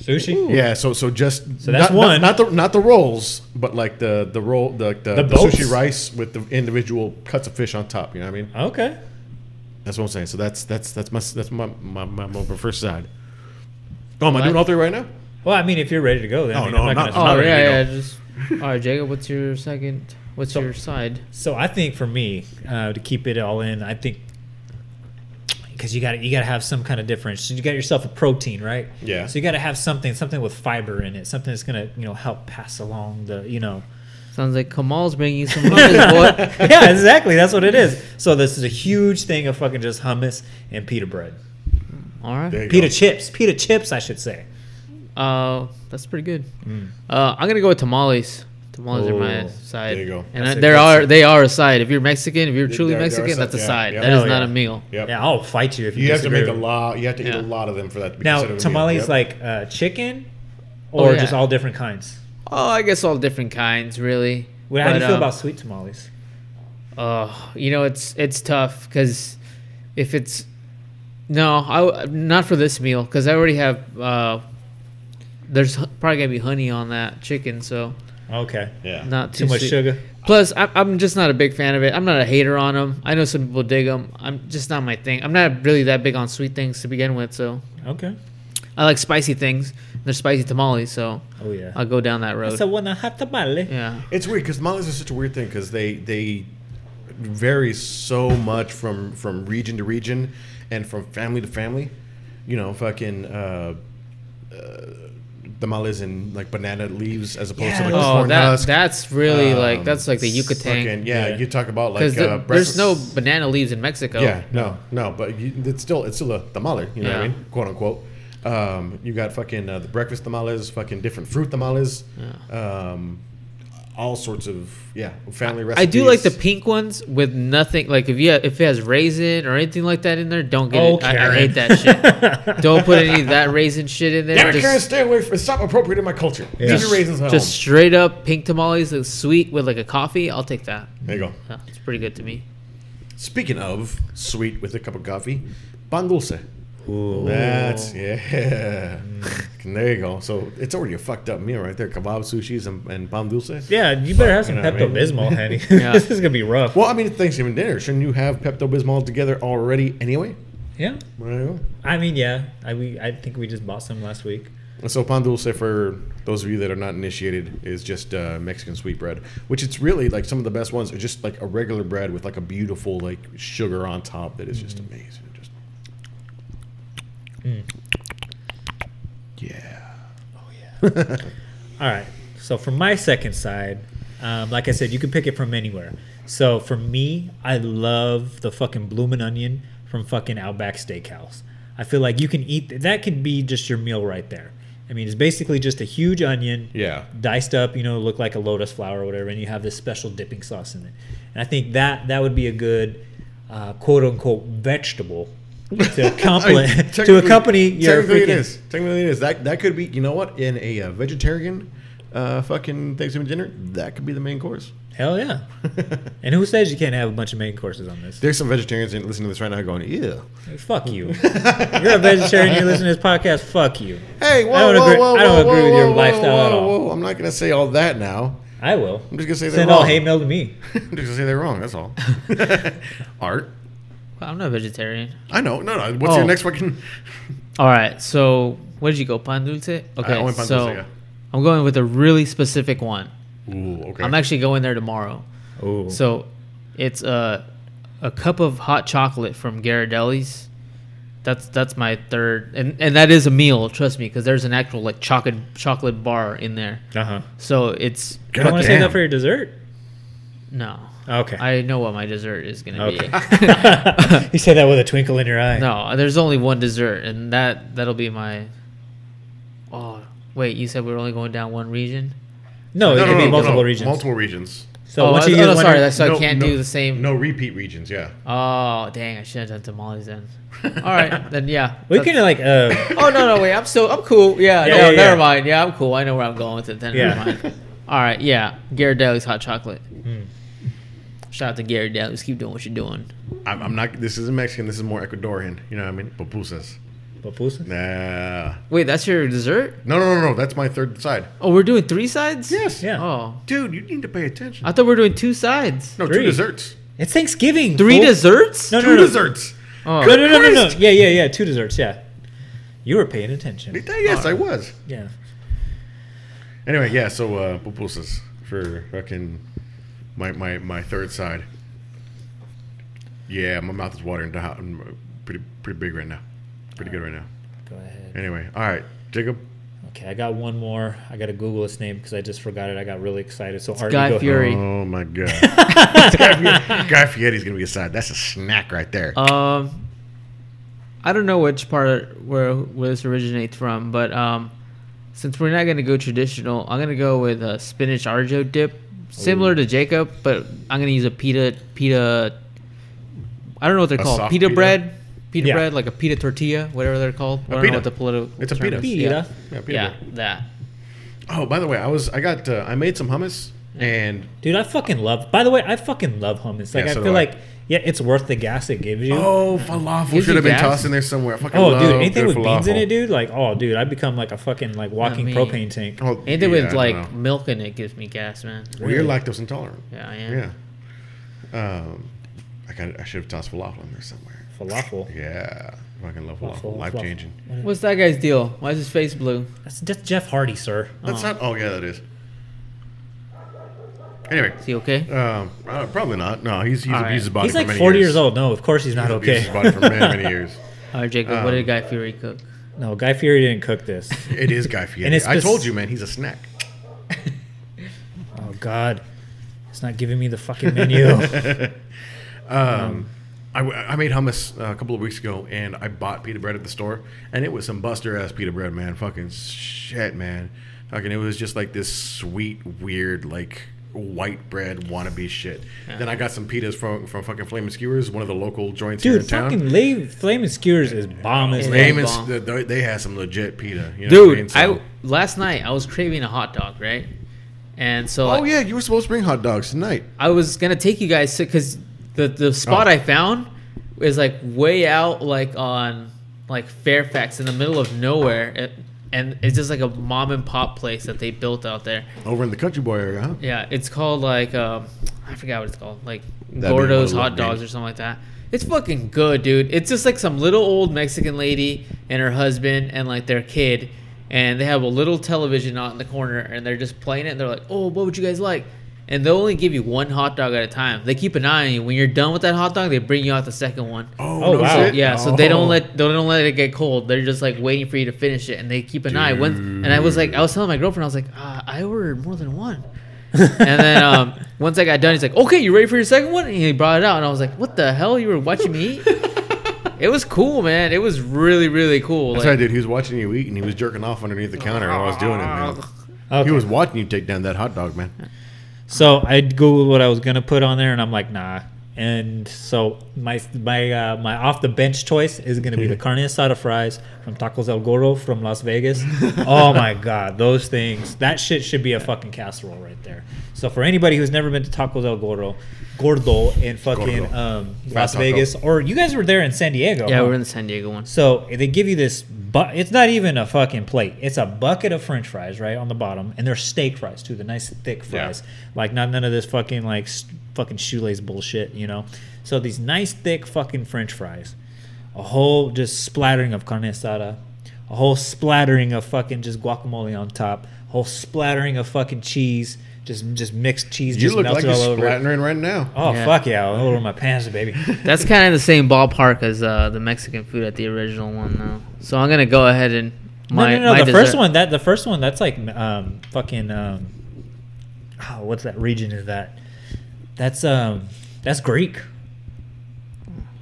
S6: Sushi.
S9: Yeah. So so just. So
S6: that's
S9: not,
S6: one.
S9: Not, not the not the rolls, but like the the roll the the,
S6: The
S9: the
S6: boats.
S9: sushi rice with the individual cuts of fish on top. You know what I mean?
S6: Okay.
S9: That's what I'm saying. So that's that's that's my that's my my my, my first side. Oh, am I
S8: What?
S9: doing all three right now?
S6: Well, I mean, if you're ready to go, then I
S9: No,
S6: mean,
S9: no,
S6: I'm
S9: I'm
S6: not
S9: not-
S6: gonna-
S8: Oh
S9: Alright,
S8: yeah, yeah.
S9: here
S8: Just all right, Jacob. What's your second? What's your side?
S6: So I think for me, uh, to keep it all in, I think because you got to you got to have some kind of difference. So you got yourself a protein, right?
S9: Yeah.
S6: So you got to have something, something with fiber in it, something that's gonna you know help pass along the you know.
S8: Sounds like Kamal's bringing you some hummus, boy.
S6: yeah, exactly. That's what it is. So this is a huge thing of fucking just hummus and pita bread,
S8: All right.
S9: There you
S6: pita
S9: go.
S6: chips, pita chips, I should say.
S8: Uh, that's pretty good.
S6: Mm.
S8: Uh, I'm gonna go with tamales. Tamales are my
S6: Oh,
S8: side.
S9: there you go.
S8: And
S6: That's
S8: I,
S6: a
S8: there
S6: good
S8: are
S6: side.
S8: they are a side. If you're Mexican, if you're
S9: They-
S8: truly
S9: they're- they're a
S8: Mexican,
S9: side,
S8: that's a
S9: yeah,
S8: side.
S9: yeah.
S8: That is
S6: Hell
S8: not
S6: yeah.
S8: a meal.
S9: Yep.
S6: Yeah, I'll fight you if you,
S9: You have to
S6: disagree
S9: make a
S6: with-
S9: lot. You have to eat
S8: Yeah.
S9: a lot of them for that. To be
S6: Now
S9: considered a meal.
S6: tamales
S9: Yep.
S6: like uh, chicken, or
S8: Oh, yeah.
S6: just all different kinds.
S8: Oh, I guess all different kinds, really.
S6: Well, How do
S8: But,
S6: you feel
S8: um,
S6: about sweet tamales?
S8: Uh, you know, it's it's tough because if it's no, I w- not for this meal because I already have. Uh, there's h- probably gonna be honey on that chicken, so
S6: Okay.
S9: yeah.
S8: not too,
S6: Too much
S8: sweet.
S6: sugar.
S8: Plus, I- I'm just not a big fan of it. I'm not a hater on them. I know some people dig them. I'm just not my thing. I'm not really that big on sweet things to begin with, so
S6: Okay.
S8: I like spicy things. They're spicy tamales, so
S6: Oh yeah.
S8: I'll go down that road.
S6: So when I have tamale.
S8: yeah,
S9: It's weird because tamales are such a weird thing because they they vary so much from from region to region and from family to family. You know, fucking uh, uh, tamales and like banana leaves as opposed to like
S8: oh,
S9: corn
S8: that
S9: husk.
S8: that's really like
S9: Um,
S8: that's like the
S9: fucking-
S8: Yucatan
S9: yeah,
S6: Yeah.
S9: you talk about like
S8: because
S9: uh,
S8: there's
S9: breakfast-
S8: no banana leaves in Mexico.
S9: Yeah, no, no, but you, it's still it's still a tamale. You know what I
S8: Yeah.
S9: mean, quote unquote. Um, you got fucking uh, the breakfast tamales, fucking different fruit tamales, um, all sorts of yeah family recipes.
S8: I do like the pink ones with nothing. Like if you if it has raisin or anything like that in there, don't get
S6: Oh,
S8: it. I, I
S6: Karen.
S8: hate that shit. don't put any of that raisin shit in there.
S9: Damn it,
S8: Just-
S9: Karen, stay away from. Stop appropriating my culture. Leave your raisins at
S8: Just
S9: home.
S8: straight up pink tamales, like sweet with like a coffee. I'll take that.
S9: There you go.
S8: Yeah, it's pretty good to me.
S9: Speaking of sweet with a cup of coffee, pan dulce. That's yeah.
S8: Mm.
S9: There you go. So it's already a fucked up meal right there. Kebab, sushis, and, and pan dulce.
S6: Yeah, you better have some
S9: You know what I
S6: Pepto
S9: mean?
S6: Bismol, Henny. this is gonna be rough.
S9: Well, I mean, it's Thanksgiving dinner. Shouldn't you have Pepto Bismol together already anyway?
S6: Yeah,
S9: Well,
S6: I mean, yeah, I we I think we just bought some last week.
S9: And So pan dulce, for those of you that are not initiated, is just uh, Mexican sweet bread, which it's really like some of the best ones are just like a regular bread with like a beautiful like sugar on top that is just amazing. Just yeah,
S6: All right. So for my second side, um, like I said, you can pick it from anywhere. So for me, I love the fucking bloomin' onion from fucking Outback Steakhouse. I feel like you can eat that can be just your meal right there. I mean, it's basically just a huge onion,
S9: Yeah.
S6: diced up, you know, look like a lotus flower or whatever, and you have this special dipping sauce in it. And I think that that would be a good uh, quote unquote vegetable to
S9: I
S6: complement
S9: mean,
S6: to
S9: technically-
S6: accompany your
S9: technically it
S6: freaking-
S9: is. Technically, it is. That that could be. You know what? In a uh, vegetarian uh, fucking Thanksgiving dinner, that could be the main course.
S6: Hell yeah! and who says you can't have a bunch of main courses on this?
S9: There's some vegetarians in- listening to this right now going, "Yeah,
S6: Fuck you. You're a vegetarian. You listen to this podcast. Fuck you.
S9: hey, whoa,
S6: I don't
S9: whoa,
S6: agree-
S9: whoa,
S6: I don't
S9: whoa,
S6: agree
S9: whoa,
S6: with your
S9: whoa,
S6: lifestyle
S9: whoa,
S6: at all.
S9: whoa. I'm not gonna say all that now.
S6: I will.
S9: I'm just gonna say
S6: Send
S9: they're
S6: all
S9: wrong.
S6: hate mail to me.
S9: I'm just gonna say they're wrong. That's all. Art.
S8: Well, I'm not a vegetarian.
S9: I know. No, no. What's your
S8: Oh.
S9: next fucking?
S8: All right, so where did you go? Pan dulce. Okay,
S9: I went pan dulce,
S8: so
S9: yeah.
S8: I'm going with a really specific one.
S9: Ooh, okay.
S8: I'm actually going there tomorrow.
S6: Ooh.
S8: So it's a a cup of hot chocolate from Ghirardelli's. That's that's my third, and and that is a meal. Trust me, because there's an actual like chocolate chocolate bar in there.
S6: Uh huh.
S8: So it's
S6: You don't want to save
S9: damn.
S6: that for your dessert?
S8: no.
S6: Okay.
S8: I know what my dessert is gonna
S6: okay.
S8: be.
S6: you say that with a twinkle in your eye.
S8: No, there's only one dessert, and that that'll be my. Oh wait, you said we are only going down one region.
S6: No, it
S9: No,
S6: can
S9: no,
S6: be
S9: no,
S6: multiple
S9: no, no.
S6: regions.
S9: Multiple regions.
S6: So
S8: oh,
S6: once
S8: I-
S6: you
S8: oh,
S6: get
S8: no,
S6: one-
S8: sorry, that's, so I can't
S9: no,
S8: do the same.
S9: No repeat regions. Yeah.
S8: Oh dang, I should have done tamales then. All right, then yeah.
S6: we
S8: that's-
S6: can like uh,
S8: Oh no, no wait, I'm still I'm cool. Yeah,
S6: Yeah,
S8: no,
S6: yeah,
S8: never
S6: yeah.
S8: mind. Yeah, I'm cool. I know where I'm going with it. Then
S6: Yeah. Hmm.
S8: never mind. All right, yeah. Ghirardelli's hot chocolate. Shout out to Ghirardelli's. Keep doing what you're doing.
S9: I'm, I'm not. This isn't Mexican. This is more Ecuadorian. You know what I mean? Pupusas.
S6: papusa.
S9: Nah.
S8: Wait, that's your dessert?
S9: No, no, no, no. That's my third side.
S8: Oh, we're doing three sides?
S9: Yes.
S6: Yeah.
S8: Oh,
S9: Dude, you need to pay attention.
S8: I thought we were doing two sides.
S9: no,
S6: Three.
S9: two desserts.
S6: It's Thanksgiving.
S8: Three
S6: fool.
S8: desserts?
S6: No, no,
S9: Two
S6: no.
S9: desserts.
S8: Oh.
S6: No, no, no, no, no. Yeah, yeah, yeah. Two desserts. Yeah. You were paying attention.
S9: Yes, I was.
S6: Yeah.
S9: Anyway, yeah. So uh, pupusas for fucking my my my third side. Yeah, my mouth is watering down. Pretty pretty big right now. Pretty good right now.
S6: Go ahead.
S9: Anyway, all right, Jacob.
S6: Okay, I got one more. I got to Google its name because I just forgot it. I got really excited. So Art,
S8: Guy
S6: you go
S8: Fury.
S9: Oh my god, Guy, Fieri, Guy Fieri's gonna be a side. That's a snack right there.
S8: Um, I don't know which part where where this originates from, but um, since we're not gonna go traditional, I'm gonna go with a spinach arjo dip, similar to Jacob, but I'm gonna use a pita pita. I don't know what they're
S9: A
S8: called.
S9: soft
S8: Pita,
S9: pita?
S8: bread, pita
S6: Yeah.
S8: bread, like a pita tortilla, whatever they're called. I I don't
S9: pita.
S8: know what the political.
S9: It's a
S8: term
S9: pita.
S8: is.
S6: Pita.
S9: Yeah, peanut
S8: Yeah,
S9: butter.
S8: yeah that.
S9: Oh, by the way, I was I got uh, I made some hummus and
S6: Dude, I fucking love. By the way, I fucking love hummus. Like
S9: Yeah,
S6: I
S9: so do
S6: feel
S9: I.
S6: like yeah, it's worth the gas it gives you. Oh,
S9: oh falafel
S8: Gives
S9: should
S8: you
S9: have been
S8: gas.
S9: tossed in there somewhere. I fucking love
S6: dude, anything with
S9: good
S6: beans in
S9: falafel.
S6: it, dude. Like oh, dude, I become like a fucking like walking
S8: mean-
S6: propane tank.
S9: Oh,
S8: Anything
S9: yeah, I
S8: with
S9: don't
S8: like
S9: know.
S8: milk in it gives me gas, man.
S9: well, you're lactose intolerant.
S8: Yeah, I am.
S9: Yeah. Um, I got I should have tossed falafel in there somewhere.
S6: Falafel.
S9: Yeah, fucking love
S6: Falafel,
S9: falafel. Life
S6: falafel.
S9: changing.
S8: What's that guy's deal? Why is his face blue?
S6: That's that's Jeff Hardy, sir.
S9: That's not. Oh yeah, that is. Anyway,
S8: Is he okay?
S9: um, uh, probably not. No, he's he's abused his body.
S6: He's
S9: for
S6: like
S9: many
S6: 40
S9: years.
S6: years old. No, of course he's not
S9: He's abused
S6: okay.
S9: his body for many many years.
S8: All right, Jacob.
S9: Um,
S8: what did Guy Fury cook?
S6: no, Guy Fieri didn't cook this.
S9: It is Guy Fieri.
S6: And it's
S9: I
S6: spec-
S9: told you, man. He's a snack.
S6: Oh God, it's not giving me the fucking menu.
S9: I, w- I made hummus uh, a couple of weeks ago, and I bought pita bread at the store, and it was some buster ass pita bread, man. Fucking shit, man. Fucking, it was just like this sweet, weird, like white bread wannabe shit. Then I got some pitas from from fucking Flaming Skewers, one of the local joints here
S6: dude,
S9: in town.
S6: fucking lame, flaming skewers is bomb as
S8: Lame
S6: hell.
S9: Flamin'
S8: bomb.
S9: S- they, they had some legit pita, you know what I mean?
S8: Dude,
S9: So-
S8: I last night I was craving a hot dog, right? And so
S9: oh
S8: like,
S9: yeah, you were supposed to bring hot dogs tonight.
S8: I was gonna take you guys because The the spot
S9: Oh.
S8: I found is like way out, like on like Fairfax in the middle of nowhere, It- and it's just like a mom and pop place that they built out there.
S9: Over in the country boy area, huh?
S8: Yeah, it's called like um, I forgot what it's called, like
S9: be
S8: Gordo's
S9: one
S8: hot
S9: of the
S8: dogs or
S9: names.
S8: something like that. It's fucking good, dude. It's just like some little old Mexican lady and her husband and like their kid, and they have a little television out in the corner, and they're just playing it. And they're like, "Oh, what would you guys like?" And they'll only give you one hot dog at a time. They keep an eye on you. When you're done with that hot dog, they bring you out the second one.
S9: Oh,
S6: no wow. shit.
S8: Yeah, so they
S9: Oh.
S8: don't let they don't let it get cold. They're just like waiting for you to finish it, and they keep an eye. When, and I was like, I was telling my girlfriend, I was like, uh, I ordered more than one. and then um, once I got done, he's like, "Okay, you ready for your second one?" And he brought it out, and I was like, "What the hell? You were watching me eat?" it was cool, man. It was really, really cool.
S9: That's
S8: Like,
S9: right, dude. He was watching you eat and he was jerking off underneath the counter while I was doing it, man.
S6: Okay.
S9: He was watching you take down that hot dog, man.
S6: So I googled what I was gonna put on there, and I'm like, nah. And so my my uh, my off the bench choice is gonna be the carne asada fries from Tacos El Gordo from Las Vegas. oh my god, those things! That shit should be a fucking casserole right there. So for anybody who's never been to Tacos El Gordo, Gordo in fucking
S9: Gordo.
S6: um,
S9: Fat
S6: Las
S9: taco.
S6: Vegas, or you guys were there in San Diego?
S8: yeah,
S6: huh?
S8: we we're in the San Diego one.
S6: So they give you this, but it's not even a fucking plate. It's a bucket of French fries right on the bottom, and they're steak fries too, the nice thick
S9: Yeah.
S6: fries. Like not none of this fucking like s- fucking shoelace bullshit, you know. So these nice thick fucking French fries, a whole just splattering of carne asada, a whole splattering of fucking just guacamole on top, a whole splattering of fucking cheese, just just mixed cheese,
S9: You
S6: just
S9: look like
S6: melted
S9: you're
S6: all over. it.
S9: splattering right now.
S6: Oh
S8: Yeah.
S6: fuck yeah! All over my pants, baby.
S8: That's kind of the same ballpark as uh, the Mexican food at the original one, though. So I'm gonna go ahead and my
S6: no, no, no.
S8: my
S6: The first
S8: dessert-
S6: one that the first one that's like um fucking um oh, what's that region is that? That's um that's Greek.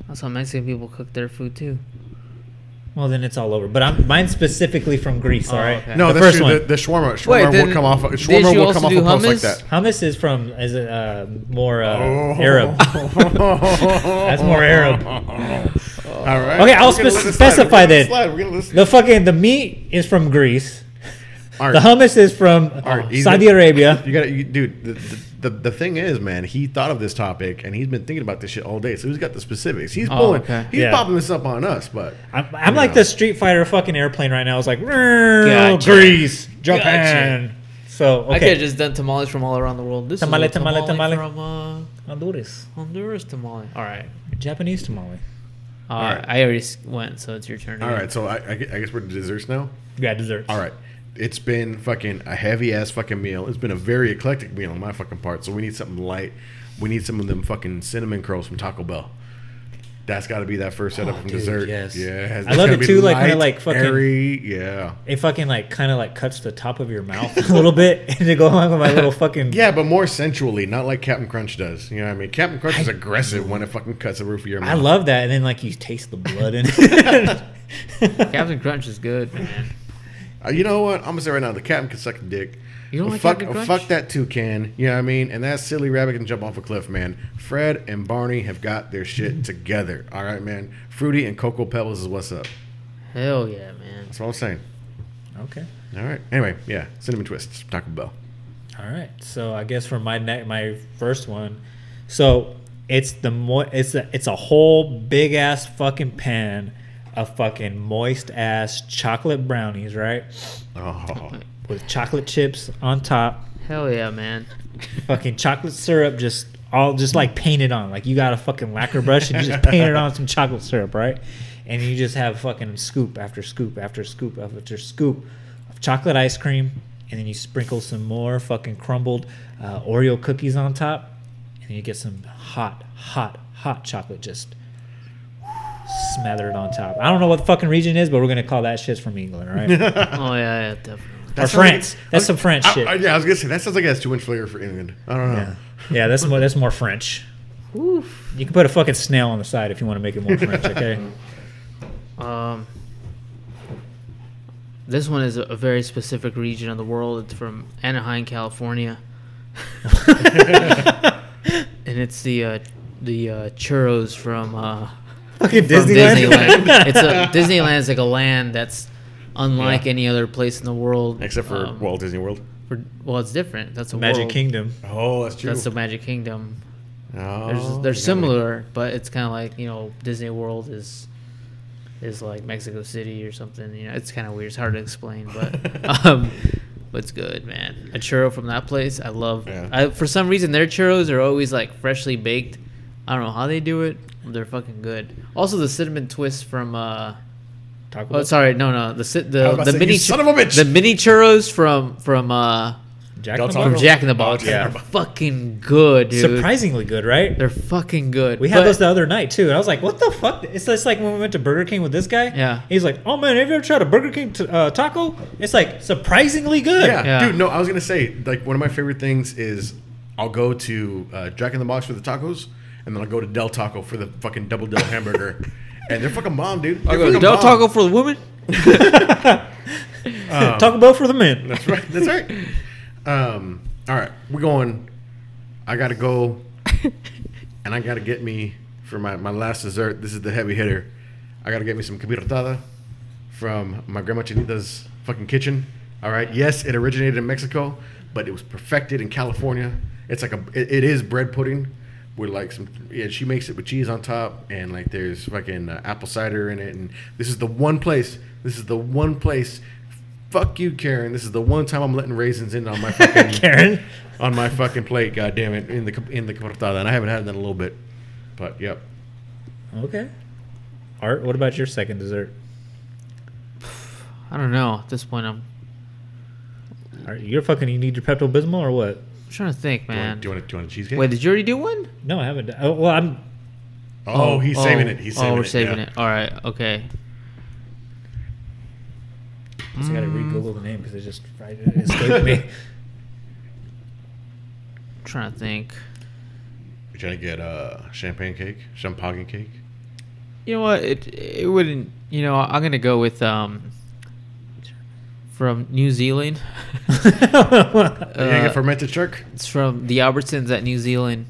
S8: That's how Mexican people cook their food too.
S6: Well, then it's all over. But I'm mine's specifically from Greece.
S8: Oh,
S6: all right.
S8: okay.
S9: No,
S6: the
S9: that's
S6: first
S9: true.
S6: one.
S9: The, the shawarma, shawarma
S8: Wait,
S9: will
S8: then
S9: come off.
S8: did
S9: Shawarma
S8: you
S9: will
S8: also
S9: come off
S8: do
S9: a post like
S8: hummus?
S9: that.
S6: Hummus is from is it, uh, more uh,
S9: Oh.
S6: Arab. that's more Arab.
S9: All right.
S6: Okay, I'll
S9: We're gonna
S6: spec-
S9: let it slide. We're
S6: specify
S9: gonna let
S6: that.
S9: it slide. We're gonna let it
S6: The fucking the meat is from Greece.
S9: Art,
S6: The hummus is from
S9: Art, he's
S6: Saudi
S9: gonna-
S6: Arabia.
S9: You got to, dude. The, the, the, the thing is, man, he thought of this topic and he's been thinking about this shit all day. So he's got the specifics. He's pulling.
S8: Oh, okay.
S9: He's
S6: Yeah.
S9: popping this up on us, but
S6: I'm, I'm like the Street Fighter fucking airplane right now. It's like
S8: Gotcha.
S6: Greece, Japan. So okay.
S8: I could have just done tamales from all around the world. This
S6: Tamale,
S8: is a tamale,
S6: tamale, tamale.
S8: from uh,
S6: Honduras.
S8: Honduras tamale. All right.
S6: Japanese tamale.
S8: Uh, I already s- went, so it's your turn.
S9: all
S8: again.
S9: right. So I, I gue- I guess we're to desserts now.
S6: Yeah, desserts.
S9: All right. It's been fucking a heavy ass fucking meal. It's been a very eclectic meal on my fucking part. So we need something light. We need some of them fucking cinnamon curls from Taco Bell. That's got to be that first setup from
S6: Oh, dude,
S9: dessert.
S6: yes.
S9: Yeah. that's
S6: I love
S9: gotta
S6: it
S9: be
S6: too, like, kinda
S9: light,
S6: like fucking-
S9: airy. Yeah.
S6: It fucking like kind of like cuts the top of your mouth a little bit and to go along with my little fucking.
S9: Yeah, but more sensually, not like Captain Crunch does. You know what I mean? Captain Crunch is aggressive when it fucking cuts the roof of your mouth.
S6: I love that, and then like you taste the blood in it.
S8: Captain Crunch is good, man.
S9: Uh, You know what? I'm gonna say right now, the captain can suck a dick.
S8: You don't
S9: Uh,
S8: like
S9: fuck,
S8: Captain
S9: uh,
S8: Crunch?
S9: fuck that toucan. You know what I mean? And that silly rabbit can jump off a cliff, man. Fred and Barney have got their shit together. All right, man. Fruity and Cocoa Pebbles is what's up.
S8: Hell yeah, man.
S9: That's what I'm saying.
S6: okay.
S9: All right. Anyway, yeah. Cinnamon twists, Taco Bell.
S6: All right. So I guess for my ne- my first one, so it's the mo- it's a, it's a whole big ass fucking pan of fucking moist ass chocolate brownies, right?
S9: Oh,
S6: With chocolate chips on top.
S8: Hell yeah, man.
S6: fucking chocolate syrup just all just like painted on. Like you got a fucking lacquer brush and you just paint it on some chocolate syrup, right? And you just have fucking scoop after scoop after scoop after scoop of chocolate ice cream, and then you sprinkle some more fucking crumbled uh, Oreo cookies on top, and you get some hot, hot, hot chocolate just smothered on top. I don't know what the fucking region is, but we're gonna call that shit from England, right?
S8: Oh yeah, yeah, definitely.
S6: or France. That's some French
S9: I,
S6: shit.
S9: I- yeah, I was gonna say that sounds like it has too much flavor for England. I don't know.
S6: Yeah, yeah, that's more that's more French. You can put a fucking snail on the side if you want to make it more French. Okay.
S8: Um, this one is a- a very specific region of the world. It's from Anaheim, California, and it's the uh, the uh, churros from uh,
S6: fucking
S8: from
S6: Disneyland.
S8: Disneyland. it's a, Disneyland is like a land that's unlike any other place in the world.
S9: Except for
S8: um,
S9: Walt Disney World.
S8: for- well, it's different. That's a
S6: Magic
S8: world.
S6: Kingdom.
S9: Oh, that's true.
S8: That's the Magic Kingdom. There's-
S9: Oh,
S8: they're
S9: they got
S8: similar, but it's kind of like you know Disney World is is like Mexico City or something. You know, it's kind of weird. It's hard to explain, but um, but it's good, man. A churro from that place, I love.
S9: Yeah.
S8: I, for some reason, their churros are always like freshly baked. I don't know how they do it. They're fucking good. Also, the cinnamon twist from. Uh,
S6: Taco
S8: Oh,
S6: Bell?
S8: sorry, no, no. The si- the,
S9: about
S8: the
S9: to say,
S8: mini
S9: you son of a bitch!
S8: the mini churros from from uh
S6: Jack
S9: Y'all
S6: in the
S9: talking
S8: from
S6: Box?
S8: Jack in the Box.
S6: Yeah.
S8: are fucking good, dude.
S6: Surprisingly good, right?
S8: They're fucking good.
S6: We had
S8: But-
S6: those the other night too. And I was like, "What the fuck?" It's just like when we went to Burger King with this guy.
S8: Yeah.
S6: He's like, "Oh man, have you ever tried a Burger King t- uh, taco? It's like surprisingly good."
S9: Yeah.
S8: Yeah.
S9: dude. No, I was gonna say like one of my favorite things is I'll go to uh, Jack in the Box for the tacos, and then I'll go to Del Taco for the fucking double Del hamburger, and they're fucking bomb, dude. They're fucking
S8: Del
S9: bomb.
S8: Taco for the woman.
S6: Taco Bell for the men.
S9: That's right. That's right. Um, all right, we're going. I gotta go, and I gotta get me for my, my last dessert. This is the heavy hitter. I gotta get me some capirotada from my grandma Chinita's fucking kitchen. All right. Yes, it originated in Mexico, but it was perfected in California. It's like a it, it is bread pudding with like some yeah she makes it with cheese on top and like there's fucking uh, apple cider in it and this is the one place this is the one place fuck you Karen this is the one time I'm letting raisins in on my fucking
S6: Karen.
S9: on my fucking plate god damn it in the in the cortada and I haven't had that in a little bit but yep
S6: Okay. Art, what about your second dessert?
S8: I don't know. At this point, I'm,
S6: Art, you're fucking. You need your Pepto Bismol or what?
S8: I'm trying to think,
S9: do you
S8: man.
S9: want do you want a, do you want a cheesecake
S8: Wait, did you already do one?
S6: No, I haven't. done- Oh, well, I'm.
S9: oh he's
S8: Oh,
S9: saving it he's saving
S8: oh, we're
S9: it
S8: saving
S9: yeah.
S8: it. All right, okay.
S6: Just gotta re-Google the name because it just right, it escaped me.
S8: trying to think.
S9: you trying to get uh champagne cake champagne cake
S8: You know what? It it wouldn't. You know, I'm gonna go with um from New Zealand.
S9: you gonna
S8: Uh,
S9: get fermented shark
S8: it's from the Albertsons at New Zealand.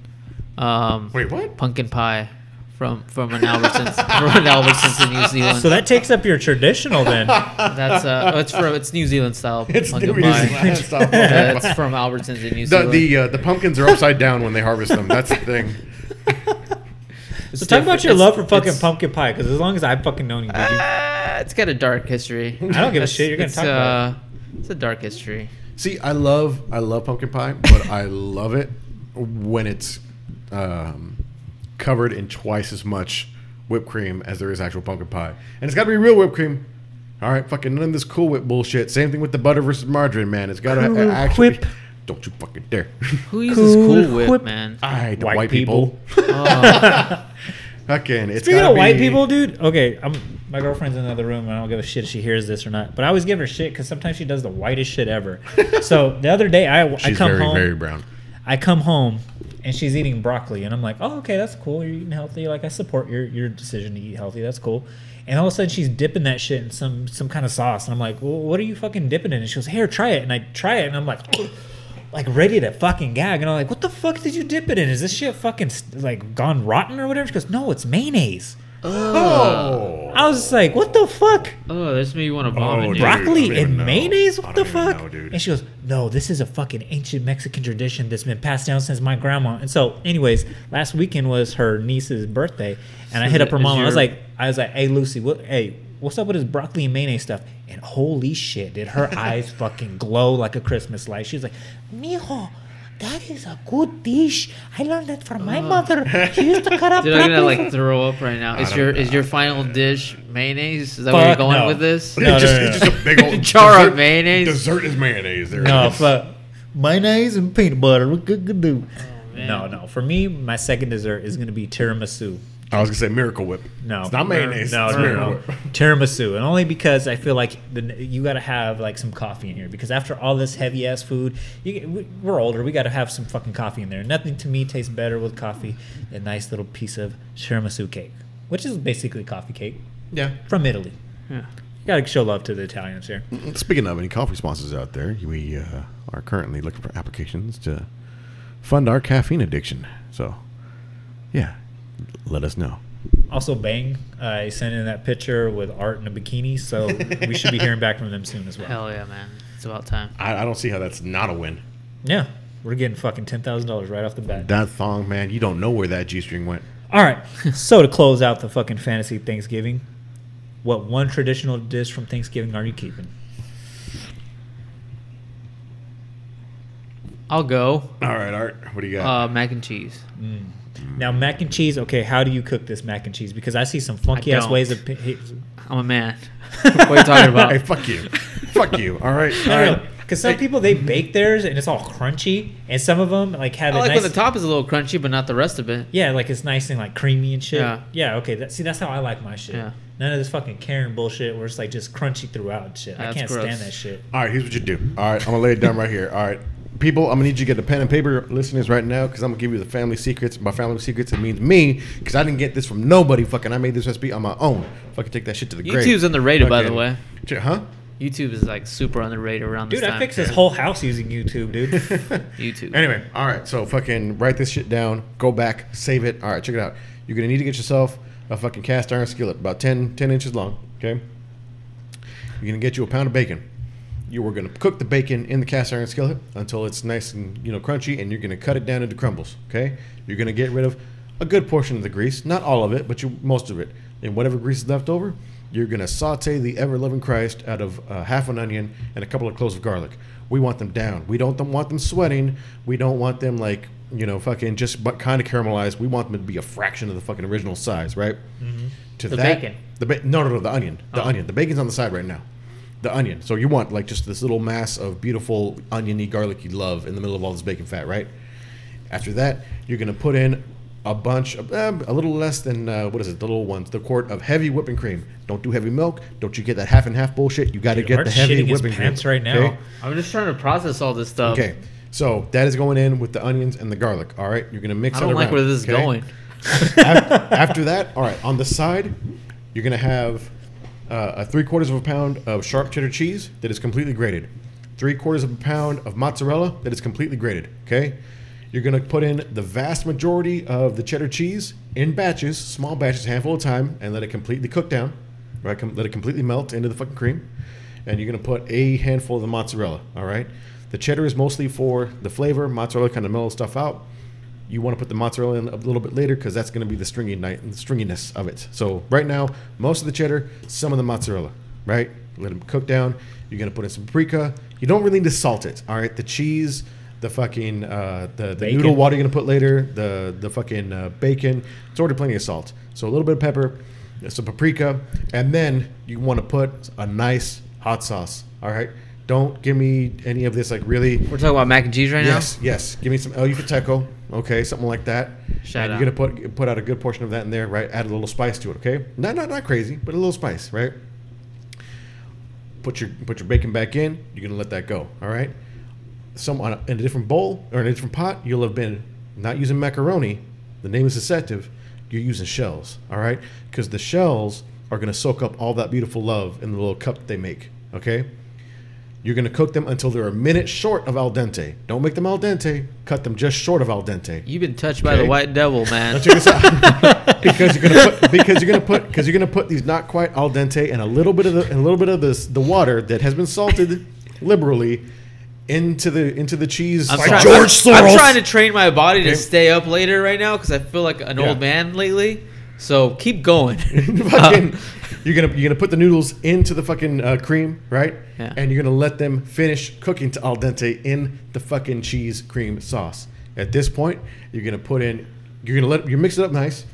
S8: Um,
S9: wait what
S8: pumpkin pie from from an Albertsons from an Albertsons in New Zealand.
S6: so that takes up your traditional then.
S8: That's uh, oh, it's from it's New Zealand style
S9: It's
S8: pumpkin
S9: New
S8: pie.
S9: Zealand style
S8: Yeah,
S9: pumpkin
S8: Uh, it's
S9: pie.
S8: from Albertsons in New
S9: The
S8: Zealand.
S9: the, uh, the pumpkins are upside down when they harvest them. That's the thing.
S6: So talk about your
S8: It's-
S6: love for fucking
S8: it's-
S6: pumpkin pie because as long as I've fucking known you, dude, you-
S8: Uh, it's got a dark history.
S6: I don't give a shit. You're gonna
S8: it's,
S6: talk about.
S8: uh, It's a dark history.
S9: See, I love I love pumpkin pie, but I love it when it's um, covered in twice as much whipped cream as there is actual pumpkin pie, and it's got to be real whipped cream. All right, fucking none of this Cool Whip bullshit. Same thing with the butter versus margarine, man. It's got to
S6: Cool
S9: actually.
S6: Whip.
S9: Don't you fucking dare!
S8: Who uses
S6: Cool
S8: Cool, Whip,
S6: Whip.
S8: man?
S9: I hate the
S6: White
S9: white, people. fucking, it's
S6: Speaking
S9: gotta
S6: of white
S9: be-
S6: people, dude. Okay, I'm, my girlfriend's in another room, and I don't give a shit if she hears this or not. But I always give her shit because sometimes she does the whitest shit ever. so the other day, I, I
S9: She's
S6: come
S9: very
S6: home.
S9: very brown.
S6: I come home, and she's eating broccoli, and I'm like, "Oh, okay, that's cool. You're eating healthy. Like I support your your decision to eat healthy. That's cool." And all of a sudden, she's dipping that shit in some some kind of sauce, and I'm like, "Well, what are you fucking dipping in?" And she goes, "Here, try it." And I try it, and I'm like. Like ready to fucking gag, and I'm like, "What the fuck did you dip it in? Is this shit fucking like gone rotten or whatever?" She goes, "No, it's mayonnaise."
S9: Oh,
S6: I was just like, what the fuck?
S8: Oh, this made me want to vomit.
S9: dude.
S8: dude.
S9: Brock- I
S6: Broccoli
S9: don't even
S6: and
S9: know.
S6: mayonnaise?
S9: I
S6: What the
S9: don't even
S6: fuck?
S9: know, dude.
S6: and she goes, no, this is a fucking ancient Mexican tradition that's been passed down since my grandma. And so, anyways, last weekend was her niece's birthday, and I
S8: Is
S6: hit
S8: it-
S6: up her
S8: is
S6: mom. I was
S8: your-
S6: like, I was like, hey Lucy, what? Hey, what's up with this broccoli and mayonnaise stuff? And holy shit, did her eyes fucking glow like a Christmas light? She was like, mijo. That is a good dish. I learned that from my mother. She used to cut up
S8: Dude, I'm gonna
S6: broccoli
S8: like throw up right now. Is your is your final dish mayonnaise? Is that where
S6: Fuck
S8: you're going
S6: no.
S8: with this?
S6: No, no,
S9: just,
S6: no,
S9: it's
S6: no.
S9: just a big old
S8: Jar of
S9: dessert-
S8: mayonnaise?
S9: Dessert is mayonnaise. There it
S6: No,
S9: is.
S6: fuck. Mayonnaise and peanut butter. What good could do? no, no. For me, my second dessert is going to be tiramisu.
S9: I was gonna say Miracle Whip.
S6: No,
S9: it's not mayonnaise.
S6: No,
S9: it's
S6: no,
S9: Miracle
S6: no.
S9: Whip.
S6: tiramisu, and only because I feel like the, you got to have like some coffee in here. Because after all this heavy ass food, you, we- we're older. We got to have some fucking coffee in there. Nothing to me tastes better with coffee than a nice little piece of tiramisu cake, which is basically coffee cake
S9: Yeah.
S6: from Italy. You got to show love to the Italians here.
S9: Speaking of any coffee sponsors out there, we uh, are currently looking for applications to fund our caffeine addiction. So, yeah, let us know.
S6: Also, Bang, I sent in that picture with Art in a bikini, so we should be hearing back from them soon as well.
S8: Hell yeah, man! It's about time.
S9: I, I don't see how that's not a win.
S6: Yeah, We're getting fucking ten thousand dollars right off the bat.
S9: That thong, man, you don't know where that G string went.
S6: All right. so to close out the fucking fantasy Thanksgiving, what one traditional dish from Thanksgiving are you keeping?
S8: I'll go.
S9: All right, Art, what do you got?
S8: Uh, mac and cheese.
S6: Now mac and cheese. Okay, how do you cook this mac and cheese? Because I see some funky ass
S8: don't.
S6: ways of. pi-
S8: I'm a man. what are you talking
S9: hey,
S8: about?
S9: fuck you, fuck you. All right, all
S6: No,
S9: right.
S6: no, because some people they bake theirs and it's all crunchy, and some of them like have
S8: I
S6: a
S8: like
S6: nice.
S8: when the top is a little crunchy, but not the rest of it.
S6: yeah, like it's nice and like creamy and shit.
S8: Yeah.
S6: Yeah. okay. That, see, that's how I like my shit.
S8: Yeah.
S6: None of this fucking Karen bullshit where it's like just crunchy throughout and shit. I
S8: That's
S6: can't
S8: gross.
S6: stand that shit.
S9: All right, here's what you do. All right, I'm gonna lay it down right here. All right, people, I'm gonna need you to get a pen and paper, listeners, right now, because I'm gonna give you the family secrets. By family secrets, it means me, because I didn't get this from nobody. Fucking, I made this recipe on my own. Fucking take that shit to the grave.
S8: YouTube's underrated, by the
S9: Fucking-
S8: way.
S9: Shit, Huh?
S8: YouTube is like super underrated around this
S6: Dude,
S8: time.
S6: I fixed this whole house using YouTube, dude.
S8: YouTube.
S9: Anyway, all right. So fucking write this shit down. Go back, save it. All right, check it out. You're gonna need to get yourself a fucking cast iron skillet, about 10, 10 inches long. Okay. You're gonna get you a pound of bacon. You are gonna cook the bacon in the cast iron skillet until it's nice and you know crunchy, and you're gonna cut it down into crumbles. Okay. You're gonna get rid of a good portion of the grease, not all of it, but you most of it. And whatever grease is left over, you're gonna saute the ever-loving Christ out of uh, half an onion and a couple of cloves of garlic. We want them down. We don't want them sweating. We don't want them like you know fucking just but kind of caramelized. We want them to be a fraction of the fucking original size, right? To
S8: The bacon. Oh.
S9: the ba- no, no, no, the onion. The onion. The bacon's on the side right now. The onion. So you want like just this little mass of beautiful oniony, garlicky love in the middle of all this bacon fat, right? After that, you're gonna put in a bunch, of, eh, a little less than uh, what is it? The little ones. The quart of heavy whipping cream. Don't do heavy milk. Don't you get that half and half bullshit? You got to
S6: Dude,
S9: get the
S6: Art's
S9: heavy
S6: shitting his
S9: whipping
S6: pants right
S9: cream
S6: now.
S9: okay?
S8: I'm just trying to process all this stuff.
S9: Okay. So that is going in with the onions and the garlic. All right, you're gonna mix.
S8: I don't
S9: it
S8: like
S9: around,
S8: where this is
S9: okay?
S8: going.
S9: after, after that, all right, on the side, you're going to have uh, a three quarters of a pound of sharp cheddar cheese that is completely grated, three quarters of a pound of mozzarella that is completely grated. Okay. You're going to put in the vast majority of the cheddar cheese in batches, small batches, handful at a time, and let it completely cook down. Right, com- let it completely melt into the fucking cream, and you're gonna put a handful of the mozzarella. All right, the cheddar is mostly for the flavor. Mozzarella kind of mellows stuff out you want to put the mozzarella in a little bit later because that's going to be the stringy night, the stringiness of it. So right now, most of the cheddar, some of the mozzarella, right? Let them cook down. You're going to put in some paprika. You don't really need to salt it. All right, the cheese, the fucking uh, the, the
S6: Bacon.
S9: noodle water you're going to put later, the the fucking uh, bacon. It's already plenty of salt. So a little bit of pepper, some paprika, and then you want to put a nice hot sauce. All right. Don't give me any of this like really
S8: We're talking about mac and cheese right
S9: Yes, yes. Give me some oh, El Yucateco, okay, something like that.
S8: Shout
S9: and
S8: out.
S9: You're gonna put put out a good portion of that in there, right? Add a little spice to it, okay? Not not not crazy, but a little spice, right? Put your put your bacon back in. You're gonna let that go, all right? Some on a, in a different bowl or in a different pot, you'll have been not using macaroni. The name is deceptive. You're using shells, all right? Because the shells are gonna soak up all that beautiful love in the little cup they make, okay? You're going to cook them until they're a minute short of al dente. Don't make them al dente. Cut them just short of al dente.
S8: now. You've been touched by the
S9: Okay.
S8: white devil, man.
S9: Now check this out. because you're going to put because you're going to put because you're going to put these not quite al dente and a little bit of the and a little bit of this the water that has been salted liberally into the into the cheese.
S8: I'm,
S9: sauce.
S8: trying, I'm, I'm trying to train my body to stay up later right now because I feel like an
S9: Yeah.
S8: old man lately. So keep going.
S9: fucking, you're gonna you're gonna put the noodles into the fucking uh, cream, right?
S8: Yeah.
S9: And you're gonna let them finish cooking to al dente in the fucking cheese cream sauce. At this point, you're gonna put in, you're gonna let you mix it up nice.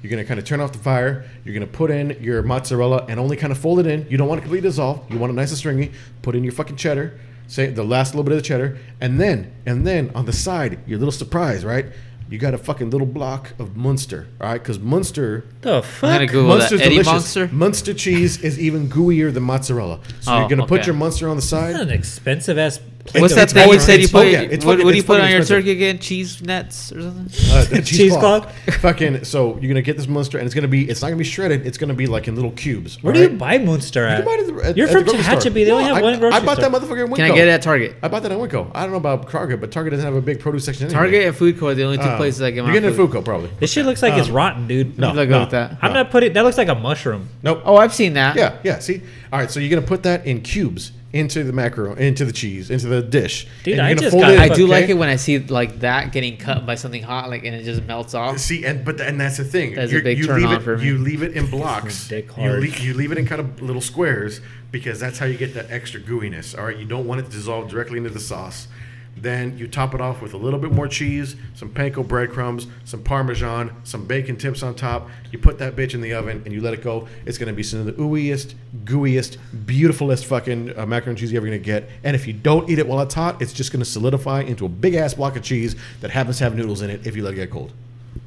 S9: You're gonna kind of turn off the fire. You're gonna put in your mozzarella and only kind of fold it in. You don't want it completely dissolved. You want it nice and stringy. Put in your fucking cheddar. Say the last little bit of the cheddar, and then and then on the side, your little surprise, right? You got a fucking little block of Munster, all right? Because Munster
S6: the
S8: I'm gonna
S6: fuck?
S8: Google
S9: Munster's
S8: that. Eddie
S9: delicious.
S8: Monster.
S9: Munster cheese is even gooier than mozzarella. So
S8: Oh,
S9: you're gonna put
S8: okay.
S9: your Munster on the
S6: That's an
S9: side.
S6: expensive ass.
S8: What's
S9: It's-
S8: that thing you
S9: it's-
S8: said you
S9: it's-
S8: put?
S9: oh, yeah, it's
S8: what
S9: fucking-
S8: what do you
S9: it's
S8: put
S9: fucking
S8: on your
S9: expensive.
S8: turkey again? Cheese nets or something?
S9: Uh, the
S6: Cheesecloth?
S9: Fucking. So you're gonna get this Munster, and it's gonna be. It's not gonna be shredded. It's gonna be like in little cubes.
S6: Where
S9: all
S6: do you
S9: right?
S6: buy Moonster
S9: You
S6: at?
S9: can buy it at the- at-
S6: You're
S9: at the
S6: from
S9: grocery store.
S6: Tehachapi. They only
S9: No,
S6: have
S9: I-
S6: one grocery
S9: I bought
S6: store.
S9: that motherfucker. At
S8: Can I
S9: Winco.
S8: get it at Target?
S9: I bought that at Winco. I don't know about Target, but Target doesn't have a big produce section. Anyway.
S8: Target and food court are the only two
S9: Uh,
S8: places I get my
S9: You're getting
S8: food.
S9: a Fuco probably.
S6: This shit looks
S9: Oh.
S6: like it's rotten, dude.
S8: I'm not good with that.
S6: I'm not putting. That looks like a mushroom.
S9: Nope.
S8: Oh, I've seen that.
S9: Yeah, yeah. See, all right. So you're gonna put that in cubes, into the macaroni, into the cheese, into the dish.
S8: Dude,
S9: And
S8: I
S9: you're gonna
S8: just
S9: fold
S8: got,
S9: in,
S8: I do like
S9: okay?
S8: it when I see like that getting cut by something hot, like and it just melts off.
S9: See, and but and that's the thing.
S8: That's a
S9: You're-
S8: big
S9: you
S8: turn
S9: leave
S8: on
S9: it,
S8: for me.
S9: You leave it in blocks.
S6: dick
S9: You,
S6: hard.
S9: le- you leave it in kind of little squares because that's how you get that extra gooiness. All right, you don't want it to dissolve directly into the sauce. Then you top it off with a little bit more cheese, some panko breadcrumbs, some parmesan, some bacon tips on top. You put that bitch in the oven and you let it go. It's gonna be some of the ooeyest, gooeyest, beautifulest fucking uh, macaroni and cheese you're ever gonna get. And if you don't eat it while it's hot, it's just gonna solidify into a big ass block of cheese that happens to have noodles in it. If you let it get cold.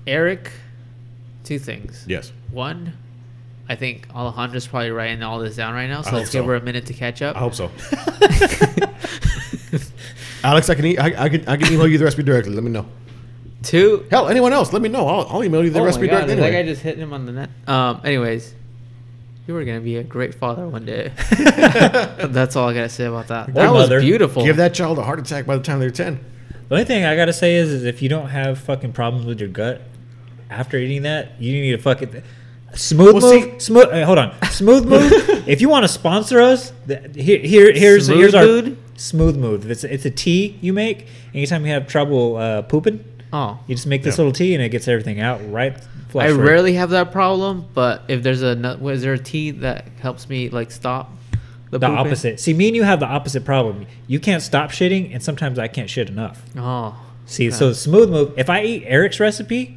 S8: Eric, two things.
S9: Yes.
S8: One, I think Alejandro's probably writing all this down right now, so
S9: I hope
S8: let's give
S9: so.
S8: her a minute to catch up.
S9: I hope so. Alex, I can e- I, I can I can email you the recipe directly. Let me know.
S8: Two.
S9: Hell, anyone else? Let me know. I'll, I'll email you the
S8: Oh my
S9: recipe
S8: God,
S9: directly.
S8: is that guy
S9: Anyway.
S8: just hitting him on the net. Um. Anyways, you were gonna be a great father one day. That's all I gotta say about that. that
S6: mother.
S8: was beautiful.
S9: Give that child a heart attack by the time they're ten.
S6: The only thing I gotta say is, is if you don't have fucking problems with your gut after eating that, you need to fucking smooth
S9: Well,
S6: move. smooth. uh, hold on, smooth move. if you want to sponsor us, th- here, here here's
S8: Smooth
S6: here's our
S8: mood?
S6: smooth move. It's it's a tea you make anytime you have trouble uh, pooping.
S8: Oh.
S6: You just make this little tea and it gets everything out right.
S8: I
S6: flush right.
S8: rarely have that problem, but if there's a nu- was there a tea that helps me like stop
S6: the
S8: pooping?
S6: opposite. See, me and you have the opposite problem. You can't stop shitting, and sometimes I can't shit enough.
S8: Oh,
S6: See, so smooth move. If I eat Eric's recipe,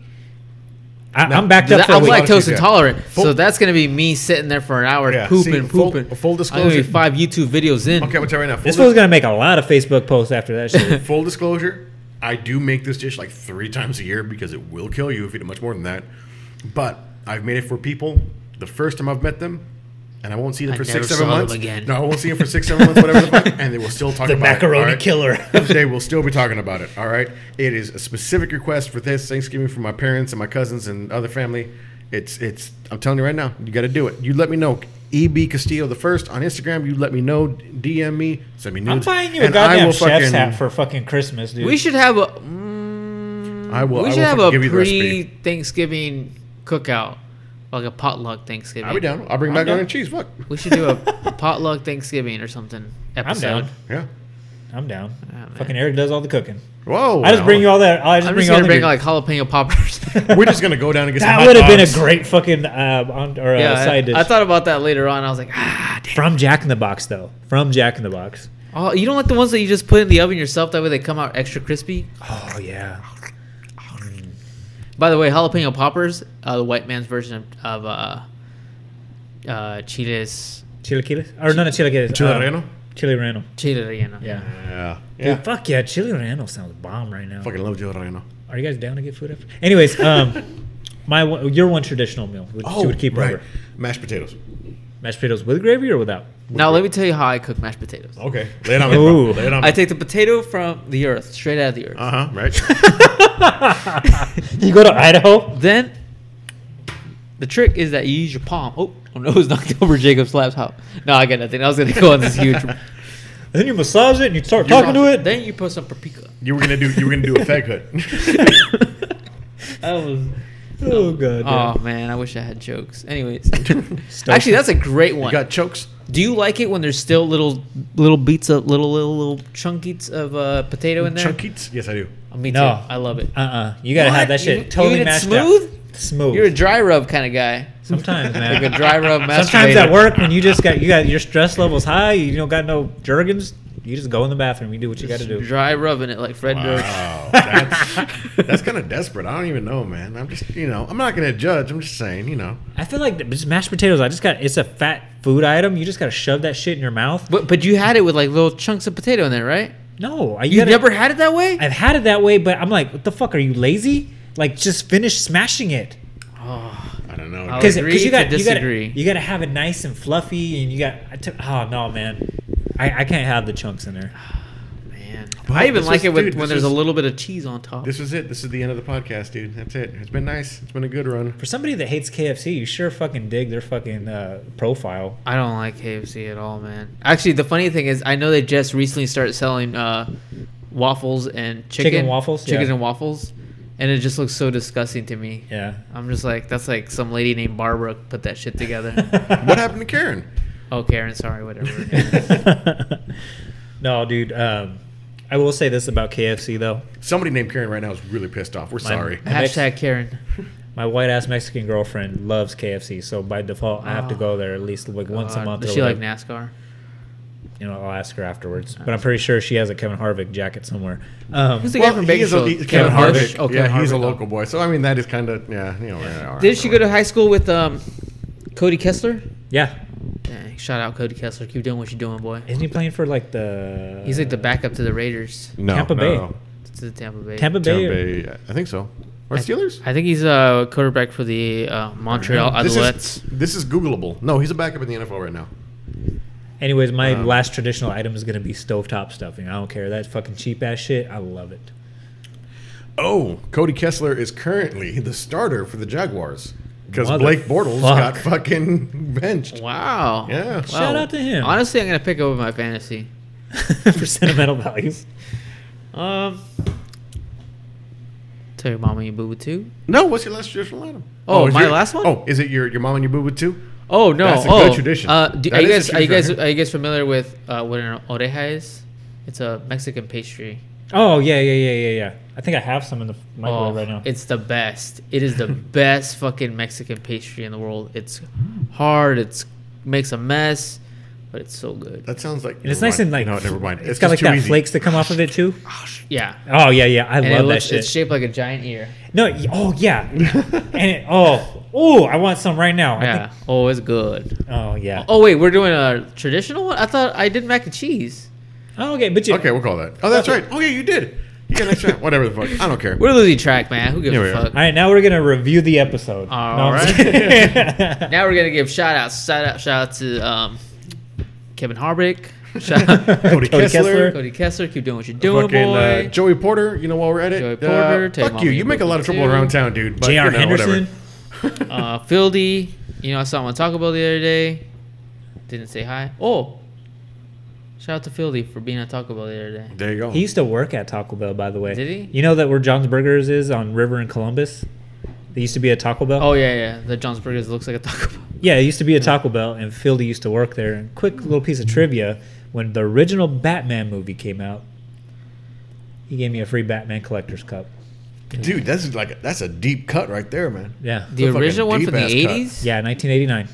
S6: I, I'm backed up
S8: That-
S6: for a
S8: I'm
S6: week.
S8: lactose
S9: Yeah.
S8: intolerant, so
S9: Full-
S8: that's gonna be me sitting there for an hour
S9: Yeah,
S8: pooping,
S9: see, full-
S8: pooping.
S9: full
S8: I'm gonna be
S9: disclosure-
S8: five YouTube videos in.
S9: Okay, I'm gonna tell you right now. Full,
S6: This
S9: dis-
S6: fool's gonna make a lot of Facebook posts after that shit.
S9: full disclosure, I do make this dish like three times a year because it will kill you if you eat it much more than that. But I've made it for people the first time I've met them. And I won't see them
S8: I
S9: for
S8: never
S9: six, seven
S8: saw them
S9: months.
S8: again.
S9: No, I won't see them for six, seven months, whatever the fuck. And they will still talk
S6: the
S9: about it. all
S6: macaroni
S9: right?
S6: killer.
S9: they will still be talking about it. All right. It is a specific request for this Thanksgiving from my parents and my cousins and other family. It's it's. I'm telling you right now, you got to do it. You let me know. EB Castillo the first on Instagram. You let me know. DM me. Send me
S6: I'm
S9: nudes.
S6: buying you a
S9: and I
S6: goddamn
S9: will
S6: chef's
S9: fucking-
S6: hat for fucking Christmas, dude.
S8: We should have a. mm,
S9: I will.
S8: we
S9: I
S8: should
S9: will
S8: have
S9: fucking
S8: a
S9: give you the
S8: pre
S9: recipe.
S8: Thanksgiving cookout, like a potluck Thanksgiving.
S9: I'll be down. I'll bring macaroni and cheese. Fuck.
S8: We should do a potluck Thanksgiving or something
S6: I'm
S8: episode.
S6: down.
S9: Yeah.
S6: I'm down.
S8: Ah, man.
S6: fucking Eric does all the cooking.
S9: Whoa.
S6: I just
S9: now.
S6: bring you all that. I just
S8: I'm
S6: bring
S8: just
S6: you all
S8: gonna
S6: the.
S8: bring
S6: good-
S8: like jalapeno poppers.
S9: We're just gonna go down and get some.
S6: that
S9: hot
S6: would have been a
S9: dogs.
S6: great fucking uh, on, or
S8: yeah,
S6: uh, side dish
S8: I, I thought about that later on. I was like, ah, damn.
S6: from Jack in the Box though. From Jack in the Box.
S8: Oh, you don't like the ones that you just put in the oven yourself. That way they come out extra crispy.
S6: Oh yeah.
S8: By the way, jalapeno poppers, uh, the white man's version of, of uh, uh, chiles,
S6: Chilaquiles or not a chilaquiles.
S9: Chile
S6: uh,
S9: relleno?
S6: Chile relleno.
S8: chile relleno.
S6: Yeah.
S9: Yeah.
S6: Dude,
S9: Yeah.
S6: fuck yeah, chili relleno sounds bomb right now.
S9: Fucking love Joe Reno.
S6: Are you guys down to get food after? Anyways, um, my one- your one traditional meal which you would keep over
S9: Oh, Mashed potatoes.
S6: mashed potatoes with gravy or without.
S8: Now let me tell you how I cook mashed potatoes.
S9: Okay. Lay it on me.
S6: Ooh.
S9: bro. Lay it on me.
S8: I take the potato from the earth, straight out of the earth.
S9: uh huh. Right.
S6: You go to Idaho.
S8: Then the trick is that you use your palm. Oh, oh no, it's knocked over Jacob's laptop. No, I got nothing. I was gonna go on this huge.
S6: Then you massage it and you start talking to it.
S8: Then you put some paprika.
S9: You were gonna do. You were gonna do a fag hood.
S8: That was.
S6: Oh god.
S8: Oh man, I wish I had jokes. Anyways, actually, that's a great one.
S9: Got chokes.
S8: Do you like it when there's still little little beats of little little little chunkies of uh, potato in there?
S9: Chunkies. Yes, I do.
S8: Oh, me
S6: No.
S8: too. I love it.
S6: Uh uh You gotta have that
S8: What?
S6: shit
S8: You-
S6: totally
S8: you eat it
S6: mashed
S8: smooth?
S6: up. Smooth.
S8: You're a dry rub kind of guy.
S6: Sometimes
S8: Like a
S6: man.
S8: dry rub masturbator.
S6: Sometimes at work when you just got you got your stress levels high. You don't got no Jergens. You just go in the bathroom. You do what you got to do.
S8: Dry rubbing it like Fred Durst.
S9: Wow, that's, that's kind of desperate. I don't even know, man. I'm just, you know, I'm not gonna judge. I'm just saying, you know.
S6: I feel like th- just mashed potatoes. I just got it's a fat food item. You just gotta shove that shit in your mouth.
S8: But but you had it with like little chunks of potato in there, right?
S6: No, I
S8: You
S6: gotta-
S8: never had it that way.
S6: I've had it that way, but I'm like, what the fuck? Are you lazy? Like, just finish smashing it.
S9: I don't know.
S8: I'll
S6: Because
S8: agree
S6: you got
S8: to
S6: you got
S8: disagree.
S6: you got to have it nice and fluffy, and you got I took- oh no man, I, I can't have the chunks in there.
S8: Man,
S9: But
S8: I even
S9: this
S8: like
S9: is-
S8: it with,
S9: dude,
S8: when
S9: this
S8: there's a
S9: is-
S8: little bit of cheese on top.
S9: This was it. This is the end of the podcast, dude. That's it. It's been nice. It's been a good run.
S6: For somebody that hates KFC, you sure fucking dig their fucking uh, profile.
S8: I don't like KFC at all, man. Actually, the funny thing is, I know they just recently started selling uh, waffles and chicken,
S6: waffles,
S8: chicken
S6: yeah.
S8: and waffles, and it just looks so disgusting to me.
S6: Yeah.
S8: I'm just like, that's like some lady named Barbara put that shit together.
S9: What happened to Karen?
S8: Oh, Karen, sorry, whatever.
S6: no, dude. Um, I will say this about KFC though.
S9: Somebody named Karen right now is really pissed off. We're
S6: My-
S9: sorry.
S6: my Mex-
S8: Hashtag Karen.
S6: My white ass Mexican girlfriend loves KFC, so by default, I have to go there at least like once a
S8: Ah. God,
S6: month.
S8: Uh, Does
S6: or
S8: she like
S6: whatever.
S8: NASCAR?
S6: you know, I'll ask her afterwards. But I'm pretty sure she has a Kevin Harvick jacket somewhere. Um,
S8: Who's the guy
S9: Well,
S8: from
S9: he
S8: Baker
S9: is a,
S8: Show?
S9: he- Kevin,
S8: Busch?
S9: Harvick.
S8: Oh, Kevin
S9: yeah, he's a
S8: Harvick, oh.
S9: local boy. So I mean, that is kind of yeah. You know, yeah, all right,
S8: Did she
S9: all
S8: go to
S9: right.
S8: high school with um, Cody Kessler?
S6: yeah,
S8: Dang, shout out Cody Kessler. Keep doing what you're doing, boy.
S6: isn't he playing for like the?
S8: He's like the backup to the Raiders,
S9: No,
S6: Tampa
S9: no,
S6: Bay.
S9: no.
S8: to the Tampa Bay.
S6: Tampa Bay.
S9: Tampa
S6: or-
S9: Bay. yeah, I think so. Or Steelers.
S8: I think he's a uh, quarterback for the uh, Montreal
S9: This
S8: Alouettes.
S9: is, this is Googleable. No, he's a backup in the NFL right now.
S6: Anyways, my last traditional item is gonna be stovetop stuffing. I don't care that fucking cheap ass shit. I love it.
S9: Oh, Cody Kessler is currently the starter for the Jaguars because
S6: Mother
S9: Blake Bortles
S6: fuck.
S9: got fucking benched.
S8: Wow.
S9: Yeah.
S8: Wow.
S6: Shout out to him.
S8: Honestly, I'm gonna pick over my fantasy.
S6: For sentimental values.
S8: Um, tell your mama you boo boo too.
S9: No, what's your last traditional item?
S8: Oh,
S9: is
S8: my
S9: your-
S8: last one?
S9: Oh, is it your your mom and your boo boo too?
S8: Oh no!
S9: That's a
S8: oh,
S9: good tradition.
S8: Uh, do,
S9: That
S8: are you guys
S9: is a
S8: are you
S9: huge
S8: guys
S9: record.
S8: are you guys familiar with uh, what an oreja is? It's a Mexican pastry.
S6: Oh yeah, yeah, yeah, yeah, yeah. I think I have some in the microwave
S8: Oh,
S6: right now.
S8: it's the best. It is the best fucking Mexican pastry in the world. It's hard. It's makes a mess, but it's so good.
S9: That sounds like.
S6: and it's nice and like
S9: No, never mind.
S6: it's got like
S9: just too
S6: that
S9: easy.
S6: flakes that come off of it too.
S8: Yeah.
S6: Oh yeah, yeah. I
S8: And
S6: love
S8: it
S6: that
S8: looks,
S6: shit.
S8: It's shaped like a giant ear.
S6: No, y- oh yeah, and it, oh, oh, I want some right now. I
S8: Yeah. Oh, it's good.
S6: think- oh yeah.
S8: Oh wait, we're doing a traditional one. I thought I did mac and cheese.
S6: Oh, okay, but you,
S9: Okay, we'll call that. Oh, that's right. Oh yeah, you did. You got an extra. Whatever the fuck. I don't care.
S8: We're losing track, man. Who gives
S9: Here we
S8: a
S9: are.
S8: fuck?
S6: All right, now we're gonna review the episode.
S8: All
S6: I'm
S8: right.
S6: kidding.
S8: Now we're gonna give shout outs. Shout out, shout out to um, Kevin Harvick. Shout out
S9: Cody Kessler.
S8: Cody Kessler. Keep doing what you're doing,
S9: Fucking uh,
S8: boy.
S9: Joey Porter, you know while we're at it.
S8: Joey
S9: uh,
S8: Porter, Tay
S9: fuck you.
S8: Mama,
S9: You
S8: you
S9: make a lot of
S8: broke it
S9: trouble
S8: too.
S9: around town, dude. But,
S6: J.R.
S9: you know,
S6: Henderson.
S9: Whatever.
S8: Uh, Fildy. You know, I saw him on Taco Bell the other day. Didn't say hi. Oh, shout out to Fildy for being on Taco Bell the other day.
S9: There you go.
S6: He used to work at Taco Bell, by the way.
S8: Did he?
S6: You know that where John's Burgers is on River and Columbus? There used to be a Taco Bell.
S8: Oh yeah, yeah. The John's Burgers looks like a Taco Bell.
S6: Yeah, it used to be a Taco Bell, and Fieldy used to work there. And quick little piece of trivia: when the original Batman movie came out, he gave me a free Batman collector's cup.
S9: dude, that's like a, that's a deep cut right there, man.
S6: Yeah,
S8: The
S9: fucking
S8: original one from the
S9: deep-ass
S8: '80s.
S9: cut.
S6: yeah, 1989.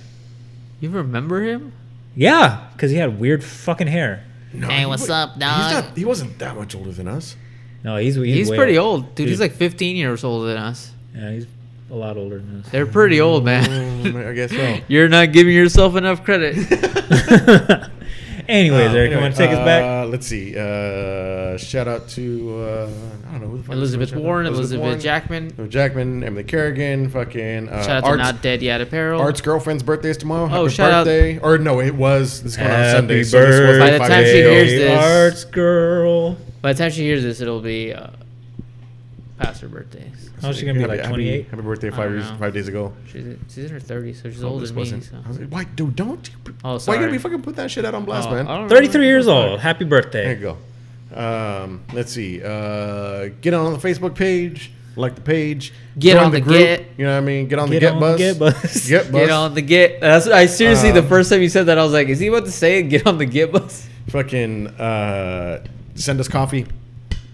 S8: You remember him?
S6: Yeah, because he had weird fucking hair.
S9: No,
S8: Hey,
S9: he
S8: what's
S9: wa-
S8: up,
S9: He's
S8: dog?
S9: not, he wasn't that much older than us.
S6: No, he's he's,
S8: He's
S6: way
S8: pretty old, dude. He's
S6: Dude.
S8: like 15 years older than us.
S6: Yeah, he's a lot older than us.
S8: They're pretty old, man.
S9: Mm, I guess so.
S8: You're not giving yourself enough credit.
S6: Anyways, Eric, you
S9: Anyway,
S6: want to take us back?
S9: uh, Let's see. Uh, shout out to uh, I don't know who the fuck
S8: Elizabeth
S9: shout out-
S8: Warren, Elizabeth
S9: Warren,
S8: Jackman.
S9: Elizabeth Jackman, Emily Kerrigan, fucking uh,
S8: Shout out to
S9: Art's,
S8: Not Dead Yet Apparel.
S9: Art's girlfriend's birthday is tomorrow. Happy
S8: shout out-
S9: birthday! Or no, it was. This is going on
S6: Happy
S9: Sunday. so this was
S8: birthday. By the time
S9: five
S8: she
S9: days
S8: Uh,
S9: ago.
S8: hears this-
S6: Arts girl.
S8: By the time she hears this, it'll be uh, past her birthdays.
S6: How's she gonna be
S9: Happy-
S6: like
S9: happy-
S6: 28?
S9: Happy birthday!
S8: I
S9: Five
S8: don't
S9: years,
S8: know.
S9: five days ago.
S8: She's, she's in her 30s, so she's
S9: Oh,
S8: older
S9: this
S8: than me.
S9: wasn't-
S8: So.
S9: I was like, Why, dude? Don't. you-
S8: Oh,
S9: Why you gotta
S8: sorry.
S9: be fucking put that shit out on blast,
S8: Oh,
S9: man?
S8: I don't
S6: 33 Hmm. years
S8: remember.
S6: old. Happy
S9: There you
S6: birthday.
S9: go. Um, let's see. Uh, get on the Facebook page, like the page.
S8: Get
S9: join
S8: on the get.
S9: You know what I mean? Get on the
S6: Get
S9: get
S6: on the
S9: bus.
S6: get bus.
S9: Get bus.
S8: Get on the get. That's I seriously. the
S9: Um,
S8: first time you said that, I was like, "Is he about to say it? Get on the get bus."
S9: Fucking uh, send us coffee.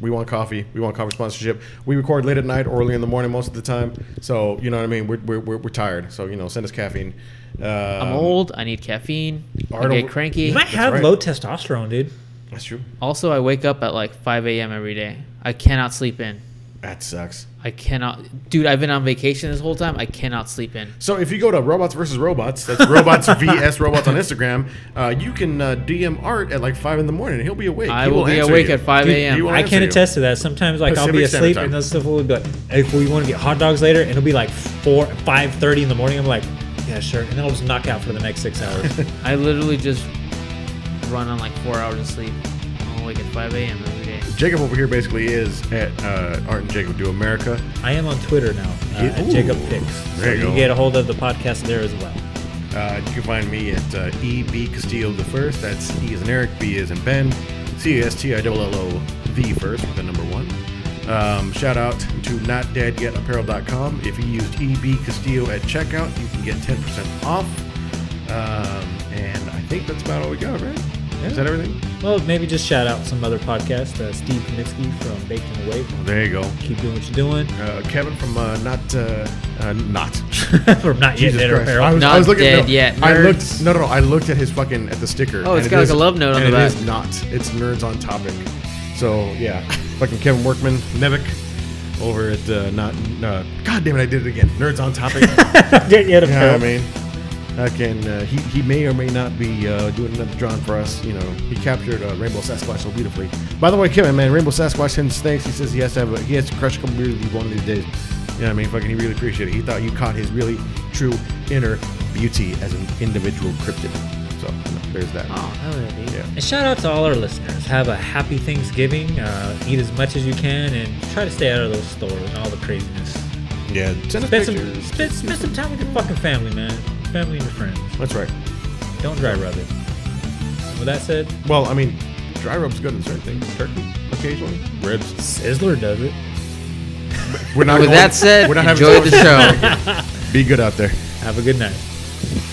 S9: We want coffee. We want coffee sponsorship. We record late at night or early in the morning most of the time. So you know what I mean. We're we're, we're, we're tired. So you know, send us caffeine. Um,
S8: I'm old. I need caffeine. I
S9: Arnold-
S8: get cranky.
S6: You might have
S9: right.
S6: low testosterone, dude.
S9: That's true.
S8: Also, I wake up at like 5 a.m. every day. I cannot sleep in.
S9: That sucks.
S8: I cannot, dude. I've been on vacation this whole time. I cannot sleep in.
S9: So if you go to robots versus robots, that's robots vs robots on Instagram. Uh, you can uh, DM Art at like five in the morning. He'll be awake.
S8: I
S9: He
S8: will be
S9: answer
S8: awake
S9: you.
S8: at 5
S9: Dude,
S8: a.m.
S9: he will
S6: I
S9: answer
S6: can
S9: you.
S6: attest to that. Sometimes, like, I'll be
S9: Pacific Standard
S6: asleep,
S9: Time.
S6: and those stuff will be like, "Hey, fool, you want to get hot dogs later?" And it'll be like four, five thirty in the morning. I'm like, "Yeah, sure," and then I'll just knock out for the next six hours.
S8: I literally just run on like four hours of sleep. I'm awake at 5 a.m. every day.
S9: Jacob over here basically is at uh, Art and Jacob Do America.
S6: I am on Twitter now uh,
S9: Yeah.
S6: at Jacob
S9: Ooh.
S6: Picks.
S9: There you
S6: you
S9: go.
S6: get a hold of the podcast there as well.
S9: Uh, you can find me at uh, E B Castillo the first. That's E as in Eric, B as in Ben, C A S T I L L O the first with the number one. Um, shout out to notdeadyetapparel.com. If you used E B Castillo at checkout, you can get ten percent off. Um, and I think that's about all we got, right? Is that everything?
S6: Well, maybe just shout out some other podcast. Uh, Steve Kaminsky from Baked and Awake.
S9: There you go.
S6: Keep doing what you're doing.
S9: Uh, Kevin from uh, not uh, uh, not
S6: From Not Yet Dead
S9: Christ.
S6: Apparel.
S9: I was, I
S8: Not
S9: was looking
S8: dead
S9: no,
S8: yet,
S9: I
S8: nerds.
S9: looked no, no no I looked at his fucking at the sticker.
S8: Oh, it's
S9: and
S8: got like a
S9: is-
S8: love note on
S9: and
S8: the
S9: it
S8: back.
S9: is not. It's nerds on topic. So yeah, fucking Kevin Workman Nevik over at uh, not uh, God damn it I did it again. Nerds on topic.
S6: Yet Dead
S9: you know what I
S6: Apparel.
S9: mean. I can. Uh, he, he may or may not be uh, doing another drawing for us. You know, he captured uh, Rainbow Sasquatch so beautifully. By the way, Kevin, man, Rainbow Squash sends thanks. He says he has to have a, he has to crush a couple beers with you one of these days. You know what I mean? Fucking, he really appreciated it. He thought you caught his really true inner beauty as an individual cryptid. So you know, there's that.
S8: Oh, hell yeah, dude.
S9: Yeah.
S6: And shout out to all our listeners. Have a happy Thanksgiving. Uh, eat as much as you can and try to stay out of those stores and all the craziness.
S9: Yeah. Send us
S6: Spend some,
S9: pictures.
S6: spend, spend some time with your fucking family, man. Family and your friends.
S9: That's right.
S6: Don't dry rub it. With that said,
S9: Well, I mean, dry rub's good in certain things. Turkey occasionally. Ribs.
S6: Sizzler does it.
S9: We're not.
S8: With
S9: going-
S8: that said,
S9: we're not having
S8: enjoy the
S9: social-
S8: show.
S9: Be good out there.
S6: Have a good night.